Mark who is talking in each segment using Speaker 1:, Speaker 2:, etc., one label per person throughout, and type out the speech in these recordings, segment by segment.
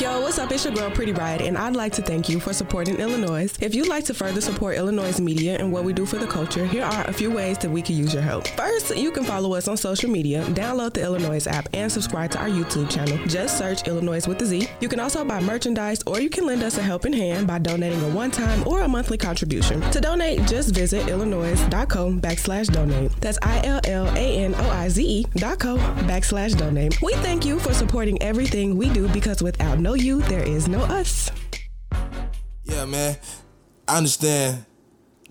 Speaker 1: Yo, what's up? It's your girl, Pretty Bride, and I'd like to thank you for supporting Illinois. If you'd like to further support Illinois media and what we do for the culture, here are a few ways that we can use your help. First, you can follow us on social media, download the Illinois app, and subscribe to our YouTube channel. Just search Illinois with a Z. You can also buy merchandise, or you can lend us a helping hand by donating a one-time or a monthly contribution. To donate, just visit illinois.co backslash donate. That's I-L-L-A-N-O-I-Z-E E dot co backslash donate. We thank you for supporting everything we do because without no you, there is no us.
Speaker 2: Yeah, man. I understand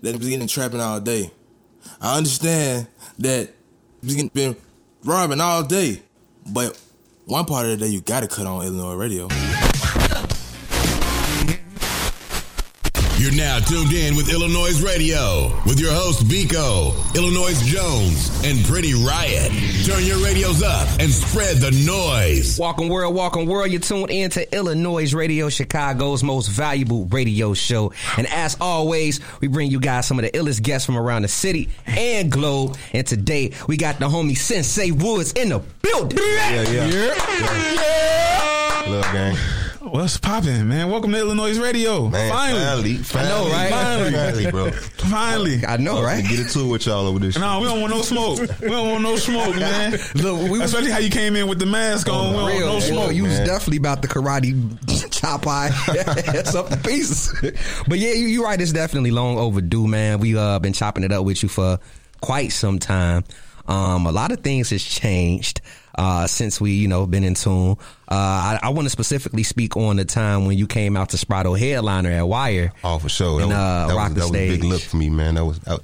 Speaker 2: that he's getting trapping all day. I understand that he's getting been robbing all day. But one part of the day you gotta cut on Illinois radio.
Speaker 3: You're now tuned in with Illinois Radio with your hosts Biko, Illinois Jones, and Pretty Riot. Turn your radios up and spread the noise.
Speaker 4: Walking World, Walking World, you're tuned in to Illinois Radio, Chicago's most valuable radio show. And as always, we bring you guys some of the illest guests from around the city and globe. And today, we got the homie Sensei Woods in the building.
Speaker 5: Yeah, yeah. Look, gang.
Speaker 6: What's poppin', man? Welcome to Illinois Radio.
Speaker 5: Man,
Speaker 6: finally.
Speaker 5: finally,
Speaker 4: know,
Speaker 5: finally,
Speaker 4: right?
Speaker 5: Finally, bro.
Speaker 6: Finally.
Speaker 4: I know, right?
Speaker 5: Get it to with y'all over this. shit.
Speaker 6: No, we don't want no smoke. We don't want no smoke, man.
Speaker 4: Look, we was
Speaker 6: Especially how you came in with the mask on.
Speaker 5: Oh,
Speaker 6: We
Speaker 4: real.
Speaker 6: don't want no
Speaker 4: Well,
Speaker 6: smoke.
Speaker 4: you was
Speaker 5: man.
Speaker 4: definitely about the karate chop eye. That's up to pieces. But yeah, you, you right. It's definitely long overdue, man. We uh been chopping it up with you for quite some time. Um, a lot of things has changed uh since we you know been in tune. Uh, I, I want to specifically speak on the time when you came out to Sprado headliner at Wire.
Speaker 5: Oh, for sure. That
Speaker 4: And,
Speaker 5: was,
Speaker 4: uh,
Speaker 5: that,
Speaker 4: rock the
Speaker 5: was, that was a
Speaker 4: stage.
Speaker 5: big look for me, man. That was that,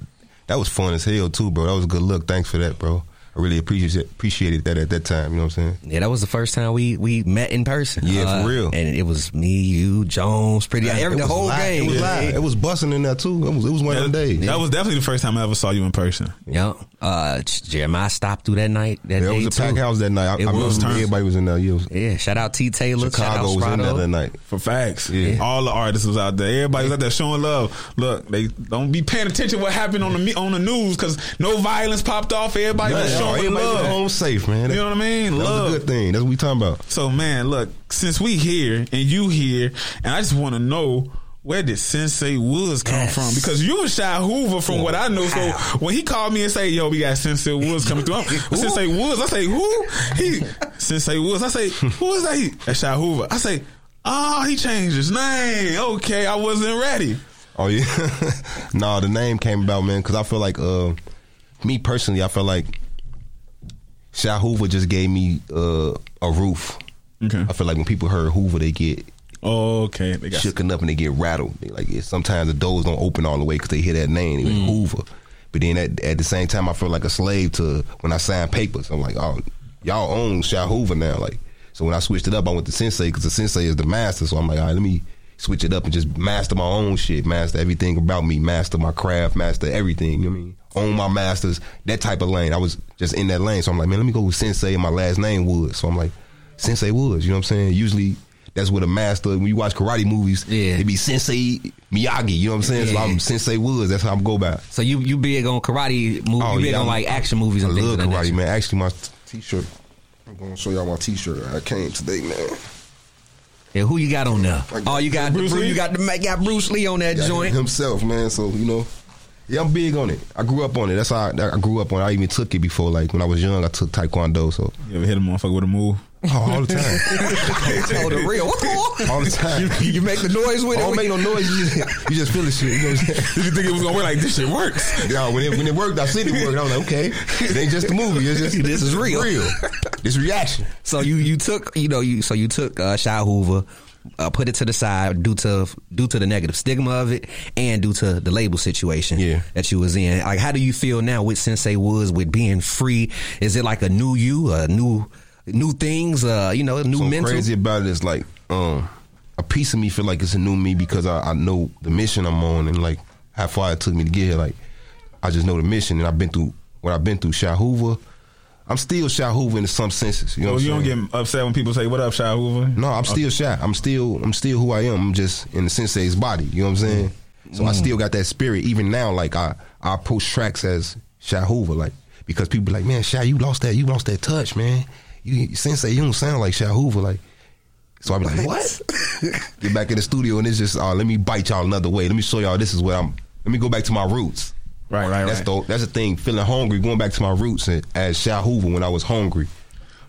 Speaker 5: that was fun as hell too, bro. That was a good look. Thanks for that, bro. I really appreciate appreciated that at that time. You know what I'm saying?
Speaker 4: Yeah, that was the first time we we met in person.
Speaker 5: Yeah,
Speaker 4: Uh,
Speaker 5: for real.
Speaker 4: And it was me, you, Jones, pretty every,
Speaker 5: It
Speaker 4: the
Speaker 5: was
Speaker 4: whole
Speaker 5: live.
Speaker 4: game.
Speaker 5: It was
Speaker 4: Yeah.
Speaker 5: live. It was busting in there too. It was it was one of them days.
Speaker 6: That was definitely the first time I ever saw you in person.
Speaker 4: Yeah. Uh, Jeremiah stopped through that night. That
Speaker 5: Yeah,
Speaker 4: day
Speaker 5: it was a
Speaker 4: too.
Speaker 5: pack house that night. I,
Speaker 4: It
Speaker 5: I
Speaker 4: was.
Speaker 5: remember everybody was in there. Yeah, it was-
Speaker 4: Yeah. Shout out T Taylor.
Speaker 5: Chicago
Speaker 4: shout
Speaker 5: was
Speaker 4: out
Speaker 5: in there
Speaker 4: Sprado.
Speaker 5: that night.
Speaker 6: For facts.
Speaker 5: Yeah.
Speaker 6: All the artists was out there. Everybody was out there showing love. Look, they don't be paying attention what happened on the me- on the news because no violence popped off. Everybody was
Speaker 5: Yeah,
Speaker 6: showing
Speaker 5: everybody was
Speaker 6: love.
Speaker 5: home safe, man.
Speaker 6: You know what I mean?
Speaker 5: That
Speaker 6: Love.
Speaker 5: was a good thing. That's what we talking about.
Speaker 6: So man, look, since we here and you here, and I just want to know where did Sensei Woods come
Speaker 4: Yes.
Speaker 6: from? Because you was Shy Hoover from what I know. So
Speaker 4: Wow.
Speaker 6: when he called me and say, "Yo, we got Sensei Woods coming through," I'm, Sensei Woods, I say, "Who?" He Sensei Woods, I say, "Who is that?" He that's Shy Hoover. I say, "Oh, he changed his name. Okay, I wasn't ready."
Speaker 5: Oh yeah, no, the name came about, man, because I feel like, uh, me personally, I feel like Shy Hoover just gave me uh, a roof.
Speaker 6: Okay.
Speaker 5: I feel like when people heard Hoover, they get
Speaker 6: Okay, they got
Speaker 5: shooken up and they get rattled. They, like it's, sometimes the doors don't open all the way because they hear that name,
Speaker 6: Mm.
Speaker 5: they Hoover. But then at, at the same time, I feel like a slave to when I sign papers. I'm like, oh, y'all own Shy Hoover now. Like, so when I switched it up, I went to Sensei because the Sensei is the master. So I'm like, all right, let me switch it up and just master my own shit, master everything about me, master my craft, master everything. You know what I mean? Own my masters, that type of lane. I was just in that lane, so I'm like, man, let me go with Sensei. And my last name Woods, so I'm like, Sensei Woods. You know what I'm saying? Usually. That's what a master. When you watch karate movies,
Speaker 4: Yeah.
Speaker 5: it be Sensei Miyagi. You know what I'm saying? So
Speaker 4: Yeah.
Speaker 5: I'm Sensei Woods. That's how I'm go about.
Speaker 4: So you you big on karate movies?
Speaker 5: Oh,
Speaker 4: you big
Speaker 5: yeah,
Speaker 4: on
Speaker 5: I'm-
Speaker 4: like action movies
Speaker 5: I
Speaker 4: and things
Speaker 5: love
Speaker 4: of that
Speaker 5: karate,
Speaker 4: nature.
Speaker 5: man. Actually, my t-shirt. I'm gonna show y'all my t-shirt. I came today, man.
Speaker 4: Yeah, who you got on there?
Speaker 5: I got
Speaker 4: Oh, you got
Speaker 6: Bruce
Speaker 4: Bruce
Speaker 6: Lee?
Speaker 4: you got the got Bruce Lee on that
Speaker 5: Yeah,
Speaker 4: joint.
Speaker 5: himself, man. So you know, yeah, I'm big on it. I grew up on it. That's how I, I grew up on. it. I even took it before. Like when I was young, I took taekwondo. So
Speaker 6: you ever hit a motherfucker with a move?
Speaker 5: oh, all the time,
Speaker 4: Oh, the real.
Speaker 5: all the time.
Speaker 4: you make the noise
Speaker 5: I
Speaker 4: with
Speaker 5: don't
Speaker 4: it.
Speaker 5: Oh, make no noise. You just, you just feel the shit. You know what I'm saying?
Speaker 6: Did you think it was gonna work? Like this shit works.
Speaker 5: Yeah, when it when it worked, I seen it work. I was like, okay, it ain't just a movie. It's just
Speaker 4: This is real.
Speaker 5: Real. This reaction.
Speaker 4: So you you took you know you so you took uh, Shy Hoover, uh, put it to the side due to due to the negative stigma of it and due to the label situation
Speaker 5: Yeah.
Speaker 4: that you was in. Like, how do you feel now with Sensei Woods with being free? Is it like a new you, a new new things, uh, you know, a new
Speaker 5: so
Speaker 4: mental?
Speaker 5: crazy about it is like um, a piece of me feel like it's a new me because I, I know the mission I'm on and like how far it took me to get here. Like I just know the mission and I've been through what I've been through. Shy Hoover, I'm still Shy Hoover in some senses. You know,
Speaker 6: Oh,
Speaker 5: what
Speaker 6: you
Speaker 5: I'm
Speaker 6: don't
Speaker 5: saying?
Speaker 6: get upset when people say, "What up, Shy Hoover?"
Speaker 5: No, I'm still shy. I'm still I'm still who I am. I'm just in the sensei's body. You know what I'm saying? So
Speaker 6: Mm.
Speaker 5: I still got that spirit even now. Like I I approach tracks as Shy Hoover, like because people be like, man, Shy, you lost that you lost that touch, man. You sensei, you don't sound like Shy Hoover. Like So I'm like, what? Get back in the studio and it's just, oh, let me bite y'all another way. Let me show y'all this is what I'm. Let me go back to my roots.
Speaker 6: Right, right,
Speaker 5: That's
Speaker 6: right.
Speaker 5: the that's the thing. Feeling hungry, going back to my roots and as Sha Hoover when I was hungry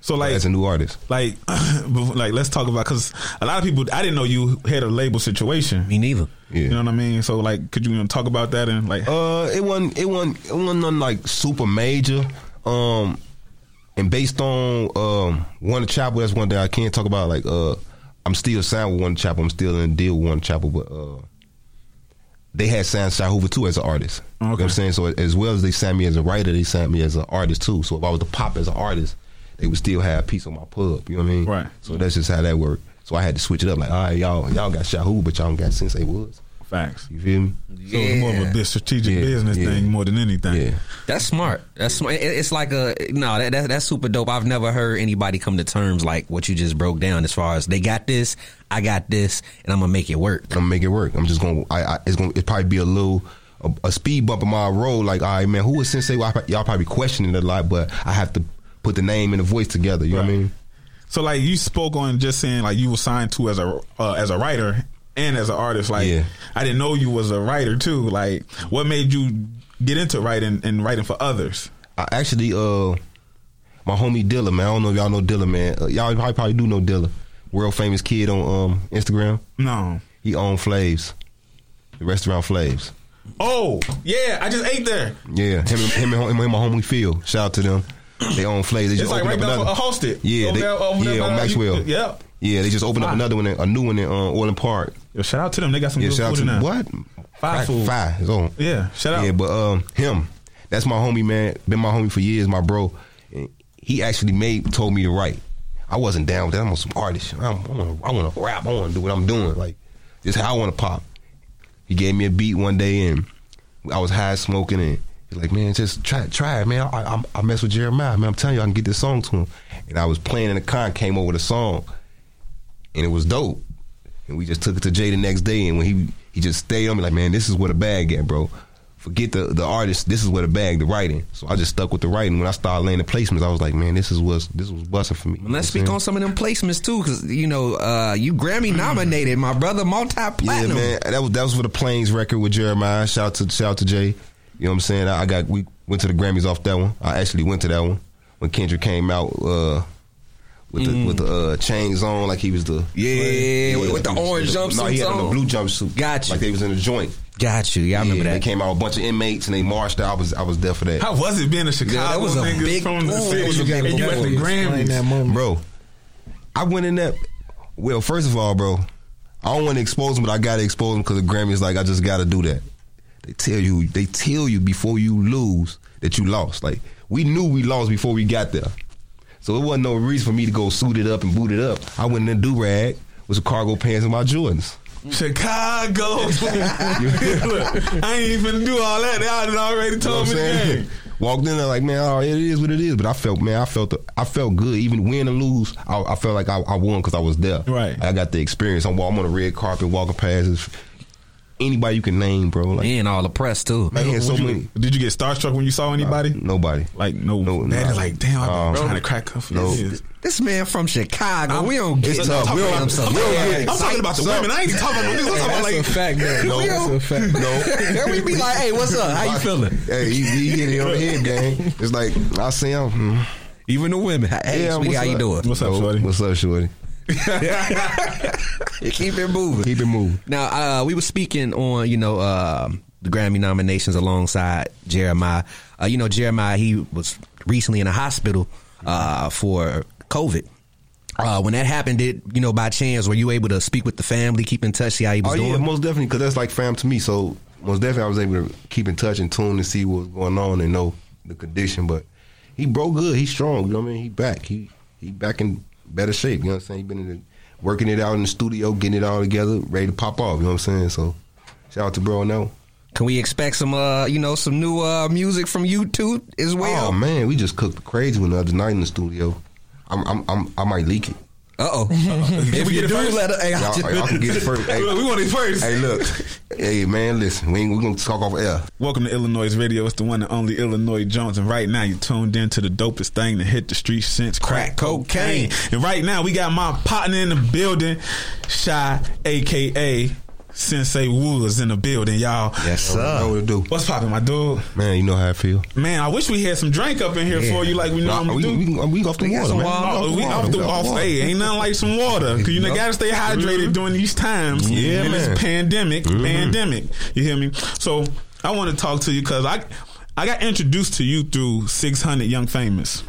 Speaker 6: So like
Speaker 5: as a new artist.
Speaker 6: like before- like let's talk about because a lot of people I didn't know you had a label situation.
Speaker 4: Me neither.
Speaker 5: Yeah.
Speaker 6: You know what I mean? So like, could you even talk about that and like?
Speaker 5: Uh, it wasn't. It wasn't. It wasn't nothing like super major. Um, and based on um one chapel, that's one thing I can't talk about. Like uh, I'm still signed with one chapel. I'm still in a deal with one chapel, but uh, they had signed Shy Hoover too as an artist. You know what I'm
Speaker 6: Okay.
Speaker 5: saying? So as well as they signed me as a writer, they signed me as an artist too. So if I was to pop as an artist, they would still have a piece on my pub. You know what I mean?
Speaker 6: Right.
Speaker 5: So that's just how that worked. So I had to switch it up. Like, all right, y'all, y'all got Shy Hoover, but y'all don't got Sensei Woods.
Speaker 6: Facts.
Speaker 5: You feel me?
Speaker 6: So it's more of a
Speaker 4: Yeah.
Speaker 6: bus- strategic
Speaker 5: Yeah,
Speaker 6: business
Speaker 5: yeah.
Speaker 6: thing more than anything.
Speaker 5: Yeah.
Speaker 4: That's smart. That's smart. It- It's like a no. That, that that's super dope. I've never heard anybody come to terms like what you just broke down. As far as they got this, I got this, and I'm gonna make it work.
Speaker 5: I'm gonna make it work. I'm just gonna. I, I it's gonna. It probably be a little. A, a speed bump in my road, like, all right, man, who is Sensei? Well, I pro- y'all probably questioning it a lot, but I have to put the name and the voice together. You know what I
Speaker 6: Right.
Speaker 5: mean?
Speaker 6: So like you spoke on just saying like you were signed to as a uh, as a writer and as an artist. Like
Speaker 5: Yeah.
Speaker 6: I didn't know you was a writer too. Like what made you get into writing and writing for others?
Speaker 5: I actually, uh, my homie Dilla, man. I don't know if y'all know Dilla, man. Uh, y'all probably, probably do know Dilla, world famous kid on um Instagram.
Speaker 6: No.
Speaker 5: He owned Flaves, the restaurant Flaves.
Speaker 6: Oh yeah, I just ate there.
Speaker 5: Yeah, him, and- him, and, him, and my homie Phil. Shout out to them. They own Flaves. They
Speaker 6: It's
Speaker 5: just
Speaker 6: like
Speaker 5: opened
Speaker 6: right
Speaker 5: up
Speaker 6: now
Speaker 5: another.
Speaker 6: for a hosted.
Speaker 5: Yeah,
Speaker 6: Over
Speaker 5: they-
Speaker 6: there- over there
Speaker 5: yeah,
Speaker 6: by-
Speaker 5: on Maxwell.
Speaker 6: you- Yep.
Speaker 5: Yeah, they just opened up
Speaker 6: Wow.
Speaker 5: another one, in- a new one in uh, Orland Park.
Speaker 6: Yo, shout out to them. They got some
Speaker 5: Yeah,
Speaker 6: good
Speaker 5: shout out
Speaker 6: food
Speaker 5: to
Speaker 6: in there.
Speaker 5: what?
Speaker 6: Five food.
Speaker 5: Five. It's on.
Speaker 6: Yeah, shout out.
Speaker 5: Yeah, but um, him. That's my homie, man. Been my homie for years, my bro. And he actually made told me to write. I wasn't down with that. I'm on some artist. I'm, I want to. I want to rap. I want to do what I'm doing. Like this, is how I want to pop. He gave me a beat one day, and I was high smoking, and he's like, "Man, just try, try it, man. I, I, I mess with Jeremiah, man. I'm telling you, I can get this song to him." And I was playing in the con, came over the song, and it was dope. And we just took it to Jay the next day, and when he he just stayed on me like, man, this is where the bag at, bro. Forget the the artist. This is where the bag, the writing. So I just stuck with the writing. When I started laying the placements, I was like, man, this is what's this was busting for me.
Speaker 4: And let's
Speaker 5: You
Speaker 4: speak
Speaker 5: know what I'm
Speaker 4: on some of them placements too, because you know uh, you Grammy nominated, my brother, multi
Speaker 5: saying?
Speaker 4: platinum.
Speaker 5: Mm. Yeah, man, that was that was for the Plains record with Jeremiah. Shout out to shout out to Jay. You know what I'm saying? I, I got we went to the Grammys off that one. I actually went to that one when Kendrick came out uh, with the with the uh, chains on, like he was the
Speaker 4: Mm. Yeah, with-
Speaker 5: Yeah,
Speaker 4: with the
Speaker 5: he was-
Speaker 4: orange jumpsuit
Speaker 5: No, he had on
Speaker 4: on.
Speaker 5: the blue jumpsuit.
Speaker 4: Got you.
Speaker 5: Like they was in a joint.
Speaker 4: Got you. Yeah, I remember that.
Speaker 5: Yeah, They came out a bunch of inmates and they marched. out. I was I was there for that,
Speaker 6: How was it being a Chicago
Speaker 4: that was a
Speaker 6: nigga
Speaker 4: big
Speaker 6: from the
Speaker 4: move.
Speaker 6: city?
Speaker 4: That was a big
Speaker 6: and you at the
Speaker 4: move.
Speaker 6: Grammys.
Speaker 5: bro. I went in that. Well, first of all, bro, I don't want to expose them, but I gotta expose them because the Grammys like I just gotta do that. They tell you, they tell you before you lose that you lost. Like we knew we lost before we got there, so it wasn't no reason for me to go suited up and booted up. I went in a do rag with some cargo pants and my Jordans.
Speaker 6: Chicago. Look, I ain't even do all that. They done already told me
Speaker 5: You know what I'm
Speaker 6: the
Speaker 5: saying?
Speaker 6: game.
Speaker 5: Walked in there like, man, oh, it is what it is. But I felt, man, I felt, I felt good. Even win and lose, I, I felt like I, I won because I was there.
Speaker 6: Right.
Speaker 5: I got the experience. I'm, I'm on a red carpet walking past this- anybody you can name, bro. Like,
Speaker 4: And all the press too.
Speaker 5: man, so
Speaker 6: Would you-
Speaker 5: many.
Speaker 6: Did you get starstruck when you saw anybody?
Speaker 5: Nobody.
Speaker 6: Like no,
Speaker 5: No,
Speaker 6: no,
Speaker 5: nah.
Speaker 6: like damn, I've
Speaker 5: Um,
Speaker 6: been trying to crack up for
Speaker 5: no.
Speaker 6: years.
Speaker 4: This man from Chicago. we don't get
Speaker 5: It's tough. We don't-
Speaker 4: some-
Speaker 5: we don't get-
Speaker 6: I'm talking about the women. I ain't even talking about niggas. I'm talking about
Speaker 7: That's a
Speaker 6: like
Speaker 7: fact, man.
Speaker 5: No.
Speaker 7: That's a fact.
Speaker 5: No.
Speaker 4: And we be like, hey, what's up? How you feeling?
Speaker 5: hey, he, he hit it on the head, gang. It's like, I see him. mm,
Speaker 4: Even the women. Hey,
Speaker 5: yeah,
Speaker 4: sweetie,
Speaker 5: what's
Speaker 4: how you
Speaker 5: up?
Speaker 4: doing?
Speaker 6: What's up,
Speaker 5: Oh,
Speaker 6: shorty?
Speaker 5: What's up, shorty?
Speaker 4: Keep it moving.
Speaker 5: Keep it moving.
Speaker 4: Now uh, we were speaking on you know uh, the Grammy nominations alongside Jeremiah. Uh, you know Jeremiah he was recently in a hospital uh, for COVID. Uh, when that happened, did you know by chance were you able to speak with the family, keep in touch, see how he was
Speaker 5: Oh
Speaker 4: doing?
Speaker 5: yeah, most definitely, because that's like fam to me. So most definitely, I was able to keep in touch and tune to see what was going on and know the condition. But he broke good. He's strong. You know what I mean? He back. He he back in better shape. You know what I'm saying? He been in the, working it out in the studio, getting it all together, ready to pop off. You know what I'm saying? So shout out to bro. No.
Speaker 4: Can we expect some uh, you know some new uh, music from you two as well?
Speaker 5: Oh man, we just cooked the crazy one the other night in the studio. I'm I'm, I'm I might leak it.
Speaker 4: Uh oh. If
Speaker 6: we
Speaker 4: you
Speaker 6: get it
Speaker 4: do
Speaker 6: first?
Speaker 4: let her, hey, I
Speaker 5: Y'all,
Speaker 4: just-
Speaker 5: y'all can get it first. Hey,
Speaker 6: Look, we want it first.
Speaker 5: hey, look. Hey, man, listen. We ain't, we gonna talk off air.
Speaker 6: Welcome to Illinois Radio. It's the one and only Illinois Jones, and right now you tuned in to the dopest thing to hit the streets since crack, cocaine. And right now we got my partner in the building, Shy, aka Sensei Woods, in the building, y'all.
Speaker 4: Yes,
Speaker 5: Know
Speaker 4: sir.
Speaker 5: what to do,
Speaker 6: What's popping, my dude?
Speaker 5: man? You know how I feel.
Speaker 6: Man, I wish we had some drink up in here
Speaker 4: Yeah.
Speaker 6: for you, like we
Speaker 5: Nah,
Speaker 6: normally
Speaker 5: we,
Speaker 6: do.
Speaker 5: we, we, we off the
Speaker 4: We got
Speaker 5: water,
Speaker 4: some
Speaker 5: man.
Speaker 4: water.
Speaker 6: Oh,
Speaker 4: off the
Speaker 6: we
Speaker 4: water.
Speaker 6: off the
Speaker 5: We off
Speaker 6: off.
Speaker 5: the water.
Speaker 6: Hey, ain't nothing like some water. Cause you know,
Speaker 4: Nope.
Speaker 6: gotta stay hydrated during these times.
Speaker 5: Yeah,
Speaker 6: and
Speaker 5: man. Mm-hmm.
Speaker 6: it's pandemic, pandemic. You hear me? So I want to talk to you because I, I got introduced to you through Six Hundred Young Famous.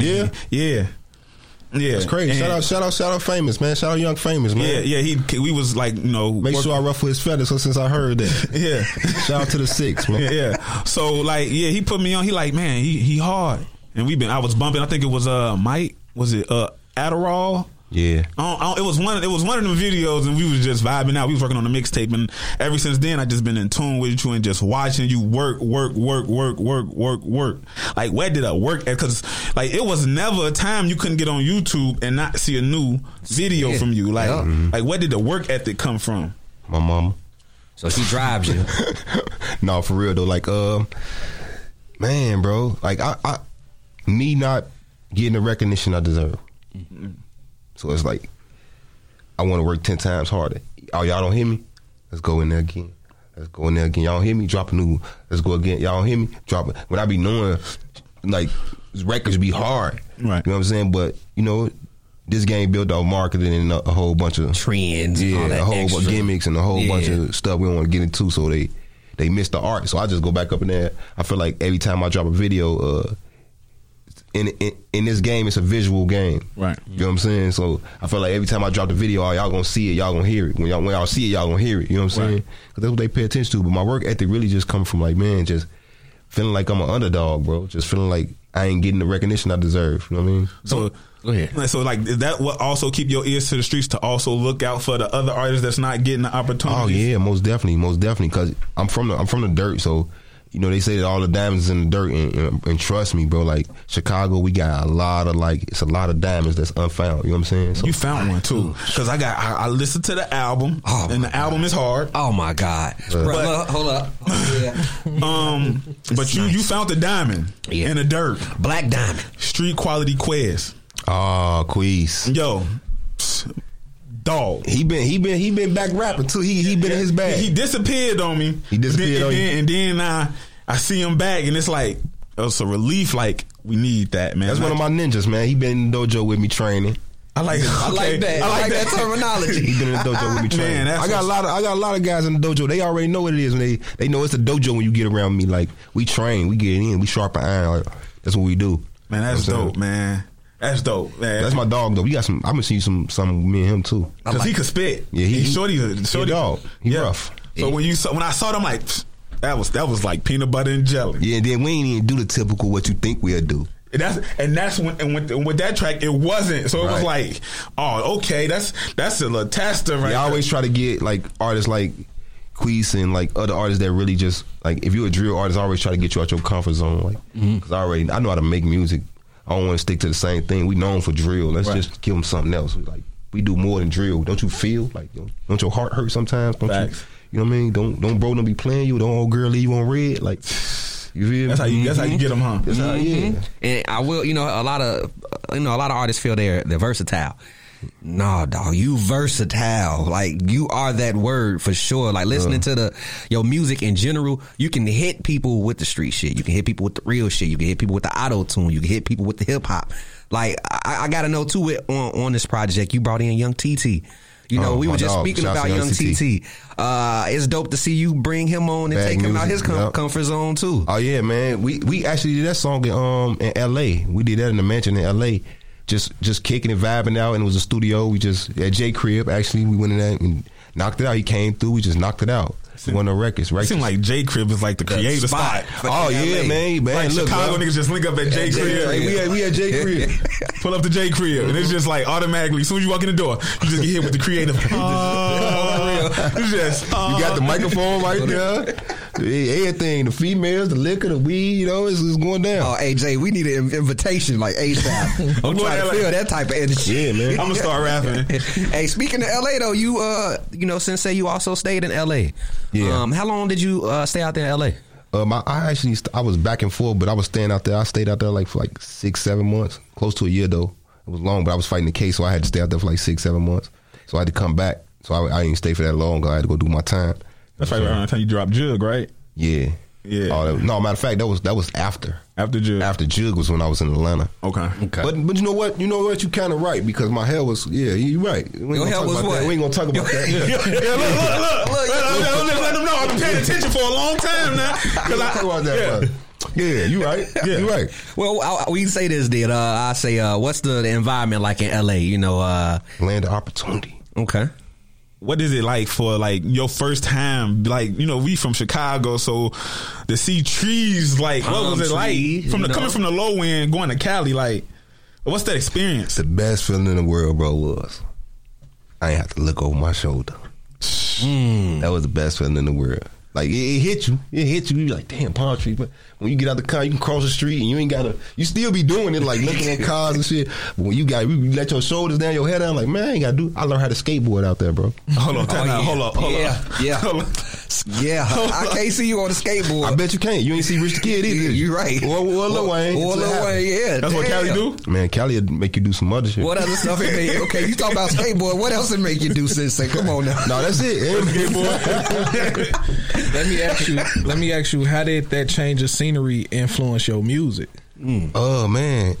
Speaker 5: Yeah,
Speaker 6: Yeah, yeah,
Speaker 5: it's crazy.
Speaker 6: And-
Speaker 5: shout out, shout out, shout out, famous man. Shout out, young famous man.
Speaker 6: Yeah, yeah. He, we was like, you know,
Speaker 5: Make
Speaker 6: work-
Speaker 5: sure I ruffle his feathers. So since I heard that,
Speaker 6: yeah.
Speaker 5: shout out to the six, man.
Speaker 6: yeah, yeah. So like, yeah, he put me on. He like, man, he he hard. And we been, I was bumping. I think it was uh Mike. Was it uh Adderall?
Speaker 5: Yeah.
Speaker 6: I don't, I don't- Oh, it was one. It was one of them videos, and we was just vibing out. We was working on the mixtape, and ever since then, I just been in tune with you and just watching you work, work, work, work, work, work, work. Like where did I work? Because like it was never a time you couldn't get on YouTube and not see a new video
Speaker 4: Yeah.
Speaker 6: from you. Like
Speaker 4: Yeah.
Speaker 6: like where did the work ethic come from?
Speaker 5: My mama.
Speaker 4: So she drives you.
Speaker 5: no, for real though. Like, um, man, bro. Like, I, I, me not getting the recognition I deserve. So it's like, I want to work ten times harder. Oh, y'all don't hear me? Let's go in there again. Let's go in there again. Y'all don't hear me? Drop a new. one. Let's go again. Y'all don't hear me? Drop it. When I be knowing, like, records be hard.
Speaker 6: Right.
Speaker 5: You know what I'm saying? But you know. This game built off marketing and a, a whole bunch of
Speaker 4: Trends.
Speaker 5: yeah,
Speaker 4: all that
Speaker 5: a whole
Speaker 4: extra.
Speaker 5: bu- gimmicks and a whole
Speaker 4: Yeah.
Speaker 5: bunch of stuff we don't want to get into. So they they miss the art. So I just go back up in there. I feel like every time I drop a video, uh, in, in in this game, it's a visual game.
Speaker 6: Right.
Speaker 5: You know what I'm saying? So I feel like every time I drop the video, all y'all gonna see it. Y'all gonna hear it. When y'all when y'all see it, y'all gonna hear it. You know what I'm saying?
Speaker 6: Right.
Speaker 5: Because that's what they pay attention to. But my work ethic really just come from like man, just feeling like I'm an underdog, bro. Just feeling like I ain't getting the recognition I deserve. You know what I mean?
Speaker 6: So
Speaker 4: Go ahead.
Speaker 6: So like is that what also keep your ears to the streets to also look out for the other artists that's not getting the opportunity.
Speaker 5: Oh yeah, most definitely, most definitely. Cause I'm from the I'm from the dirt, so you know they say that all the diamonds is in the dirt, and, and, and trust me, bro. Like Chicago, we got a lot of like it's a lot of diamonds that's unfound. You know what I'm saying? So,
Speaker 6: You found one too, because I got I, I listened to the album,
Speaker 4: Oh,
Speaker 6: and
Speaker 4: my
Speaker 6: the album is hard.
Speaker 4: Oh my God. Bruh, look, hold up. Yeah.
Speaker 6: Um, but you you found the diamond
Speaker 4: Yeah.
Speaker 6: in the dirt,
Speaker 4: Black Diamond.
Speaker 6: street quality quest.
Speaker 5: ah, Queez.
Speaker 6: Yo, psst, dog.
Speaker 5: He been he been he been back rapping too. He he been in his bag.
Speaker 6: He disappeared on me.
Speaker 5: He disappeared
Speaker 6: Then-
Speaker 5: on you.
Speaker 6: and then, And then I I see him back, and it's like it's a relief. Like we need that man.
Speaker 5: that's
Speaker 6: And
Speaker 5: one
Speaker 6: I-
Speaker 5: of my ninjas, man. He been in the dojo with me training.
Speaker 6: I like
Speaker 4: I like that. I like, that terminology.
Speaker 5: He been in the dojo with me training.
Speaker 6: that's
Speaker 5: I got a lot of I got a lot of guys in the dojo. They already know what it is. When they they know it's a dojo when you get around me. Like we train, we get in, we sharpen iron. Like, that's what we do.
Speaker 6: Man, that's
Speaker 5: You know what I'm saying?
Speaker 6: dope, man. That's dope, man.
Speaker 5: That's my dog though. We got some. I'm gonna see some. Some me and him too.
Speaker 6: because he could spit.
Speaker 5: Yeah, he-
Speaker 6: He's shorty,
Speaker 5: he a
Speaker 6: shorty
Speaker 5: dog. He rough.
Speaker 6: So when you saw, when I saw them, like pfft, that was that was like peanut butter and jelly.
Speaker 5: Yeah, and then we ain't even do the typical what you think we'll do.
Speaker 6: And that's and that's when and with, and with that track it wasn't. So it was
Speaker 5: Right.
Speaker 6: like, oh, okay, that's that's a little tester, right?
Speaker 5: They always
Speaker 6: there.
Speaker 5: try to get like artists like Queese and like other artists that really just like if you're a drill artist, I always try to get you out your comfort zone. Like,
Speaker 6: Mm-hmm.
Speaker 5: cause I already I know how to make music. I don't want to stick to the same thing. We known for drill. Let's just give them something else. We like we do more than drill. Don't you feel like don't, don't your heart hurt sometimes? Don't
Speaker 6: Facts.
Speaker 5: you? You know what I mean? Don't don't bro don't be playing you. Don't old girl leave you on red. Like you feel?
Speaker 6: that's how you Mm-hmm. that's how you get them, huh?
Speaker 5: That's how- yeah.
Speaker 4: And I will, you know, a lot of you know, a lot of artists feel they're they're versatile. Nah, dog, you versatile. Like you are that word for sure. Like
Speaker 5: Uh.
Speaker 4: listening to the your music in general, you can hit people with the street shit. You can hit people with the real shit. You can hit people with the auto tune. You can hit people with the hip hop. Like I, I got to know too. With on on this project, you brought in Young TT. You know,
Speaker 5: Oh,
Speaker 4: we were
Speaker 5: my
Speaker 4: just
Speaker 5: dog.
Speaker 4: speaking
Speaker 5: Shout out
Speaker 4: about
Speaker 5: to
Speaker 4: Young
Speaker 5: Young
Speaker 4: TT. Uh, it's dope to see you bring him on and
Speaker 5: Bag
Speaker 4: take him out
Speaker 5: music,
Speaker 4: his com-
Speaker 5: yup.
Speaker 4: comfort zone too.
Speaker 5: Oh yeah, man. We we actually did that song in um in L.A. We did that in the mansion in L.A. Just just kicking and vibing out, and it was a studio. We just at J Crib actually. We went in there and knocked it out. He came through. We just knocked it out. One of the records, right?
Speaker 6: It seemed like J Crib is like the creator
Speaker 4: spot.
Speaker 6: spot.
Speaker 5: oh yeah, man, man.
Speaker 6: Like
Speaker 5: look,
Speaker 6: Chicago
Speaker 5: bro.
Speaker 6: niggas just link up at J
Speaker 5: Hey,
Speaker 6: Crib.
Speaker 5: we at we at J Crib.
Speaker 6: Pull up to J Crib, and it's just like automatically. As soon as you walk in the door, you just get hit with the creative. Oh, Just, uh,
Speaker 5: You got the microphone right there. The- Everything, the females, the liquor, the weed, you know, it's, it's going down.
Speaker 4: Oh, AJ, we need an invitation like ASAP. I'm
Speaker 6: going
Speaker 4: trying to
Speaker 6: to
Speaker 4: feel
Speaker 6: LA.
Speaker 4: that type of energy.
Speaker 5: Yeah, man.
Speaker 6: I'm gonna start rapping.
Speaker 4: hey, speaking of LA though, you uh, you know, Sensei, you also stayed in LA.
Speaker 5: Yeah.
Speaker 4: Um, how long did you uh, stay out there in LA?
Speaker 5: Um, I, I actually st- I was back and forth, but I was staying out there. I stayed out there like for like six, seven months, close to a year though. It was long, but I was fighting the case, so I had to stay out there for like six, seven months. So I had to come back. So I, I didn't stay for that long. 'cause I had to go do my time.
Speaker 6: That's right around the time you dropped Jug, right?
Speaker 5: Yeah,
Speaker 6: Yeah.
Speaker 5: All that- no, matter of fact, that was that was after.
Speaker 6: After Jug.
Speaker 5: After Jug was when I was in Atlanta.
Speaker 6: Okay.
Speaker 5: But but you know what? You know what? You kind of right because my hair was yeah. You right. We ain't
Speaker 4: Your
Speaker 5: gonna
Speaker 4: hair
Speaker 5: talk
Speaker 4: was
Speaker 5: about
Speaker 4: what?
Speaker 5: That. We ain't gonna talk about that.
Speaker 6: Yeah, look, look, look, look, look, look, let them know I've been paying attention for a long time now. Cause I,
Speaker 5: Talk about that.
Speaker 6: yeah.
Speaker 5: brother. Yeah, you right.
Speaker 6: Yeah.
Speaker 5: You right.
Speaker 4: Well, I, I- we can say this, did uh, I say, uh, what's the, the environment like in LA? You know, uh,
Speaker 5: Land of opportunity.
Speaker 4: okay,
Speaker 6: what is it like for like your first time? Like you know, we from Chicago, so to see trees, like
Speaker 4: Palm
Speaker 6: what was it
Speaker 4: trees,
Speaker 6: like from
Speaker 4: you
Speaker 6: the
Speaker 4: know?
Speaker 6: coming from the low end going to Cali? Like, what's that experience?
Speaker 5: The best feeling in the world, bro, was I ain't have to look over my shoulder.
Speaker 6: Mm.
Speaker 5: That was the best feeling in the world. Like it, it hit you, it hit you. You like, damn palm tree. But when you get out the car, you can cross the street and you ain't gotta. You still be doing it, like looking at cars and shit. But when you got, you let your shoulders down, your head down. Like man, I ain't gotta do. I learned how to skateboard out there, bro.
Speaker 6: Hold on, time
Speaker 4: Oh,
Speaker 6: out.
Speaker 4: yeah.
Speaker 6: Hold up, hold
Speaker 4: Yeah,
Speaker 6: up,
Speaker 4: yeah.
Speaker 6: Hold on.
Speaker 4: yeah, I can't see you on the
Speaker 5: I
Speaker 4: skateboard.
Speaker 5: bet you can't. You ain't see Rich the Kid either.
Speaker 4: You right?
Speaker 5: Or, or Lil Wayne.
Speaker 4: Or
Speaker 5: It's what
Speaker 4: Lil
Speaker 5: happened.
Speaker 4: Wayne, yeah.
Speaker 6: That's what Cali
Speaker 4: damn.
Speaker 6: do.
Speaker 5: Man, Cali would make you do some other shit.
Speaker 4: What other stuff it make? Okay, you talk about skateboard. What else it make you do, Sensei? Come on now.
Speaker 5: No, that's it.
Speaker 7: Let me ask you. Let me ask you. How did that change of scenery influence your music?
Speaker 5: Oh man,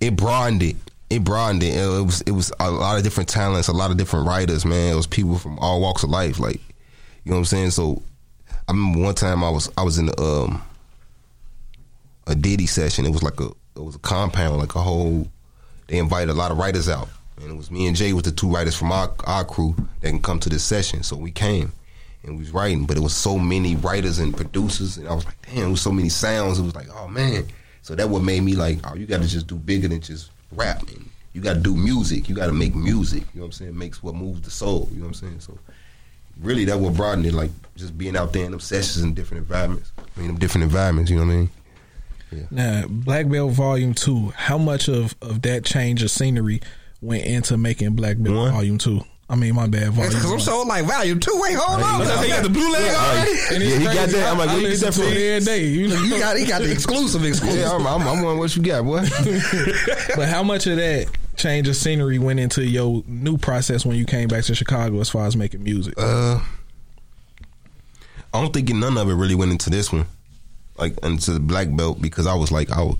Speaker 5: it broadened it. It broadened it. It was it was a lot of different talents, a lot of different writers. Man, it was people from all walks of life. Like you know what I'm saying. So I remember one time I was I was in the, um a Diddy session. It was like a it was a compound, like a whole. They invited a lot of writers out, and it was me and Jay was the two writers from our our crew that can come to this session. So we came and we was writing, but it was so many writers and producers, and I was like, damn, it was so many sounds. It was like, oh man. So that what made me like, oh, you got to just do bigger than just rap. And you got to do music. You got to make music. You know what I'm saying? Makes what moves the soul. You know what I'm saying? So really that what broadened it, like just being out there in them sessions in different environments. I mean, them different environments. You know what I mean?
Speaker 7: Now, Black Belt Volume Two. How much of of that change of scenery went into making Black Belt
Speaker 5: One.
Speaker 7: Volume Two? I mean, my bad. Volume
Speaker 4: Because I'm
Speaker 7: One.
Speaker 4: so like, wow, you two. Wait, hold on.
Speaker 6: That's how you got the blue leg already.
Speaker 7: And it's
Speaker 5: Yeah, he
Speaker 7: crazy.
Speaker 5: got that. I'm like,
Speaker 7: I, I
Speaker 5: where you get
Speaker 7: listen
Speaker 5: that
Speaker 7: to
Speaker 5: from?
Speaker 7: it every day. You know?
Speaker 4: You got, he got the exclusive, exclusive.
Speaker 5: Yeah, I'm, I'm, I'm wondering what you got, boy.
Speaker 7: but how much of that change of scenery went into your new process when you came back to Chicago as far as making music?
Speaker 5: uh, I don't think none of it really went into this one, like into the black belt, because I was like I was,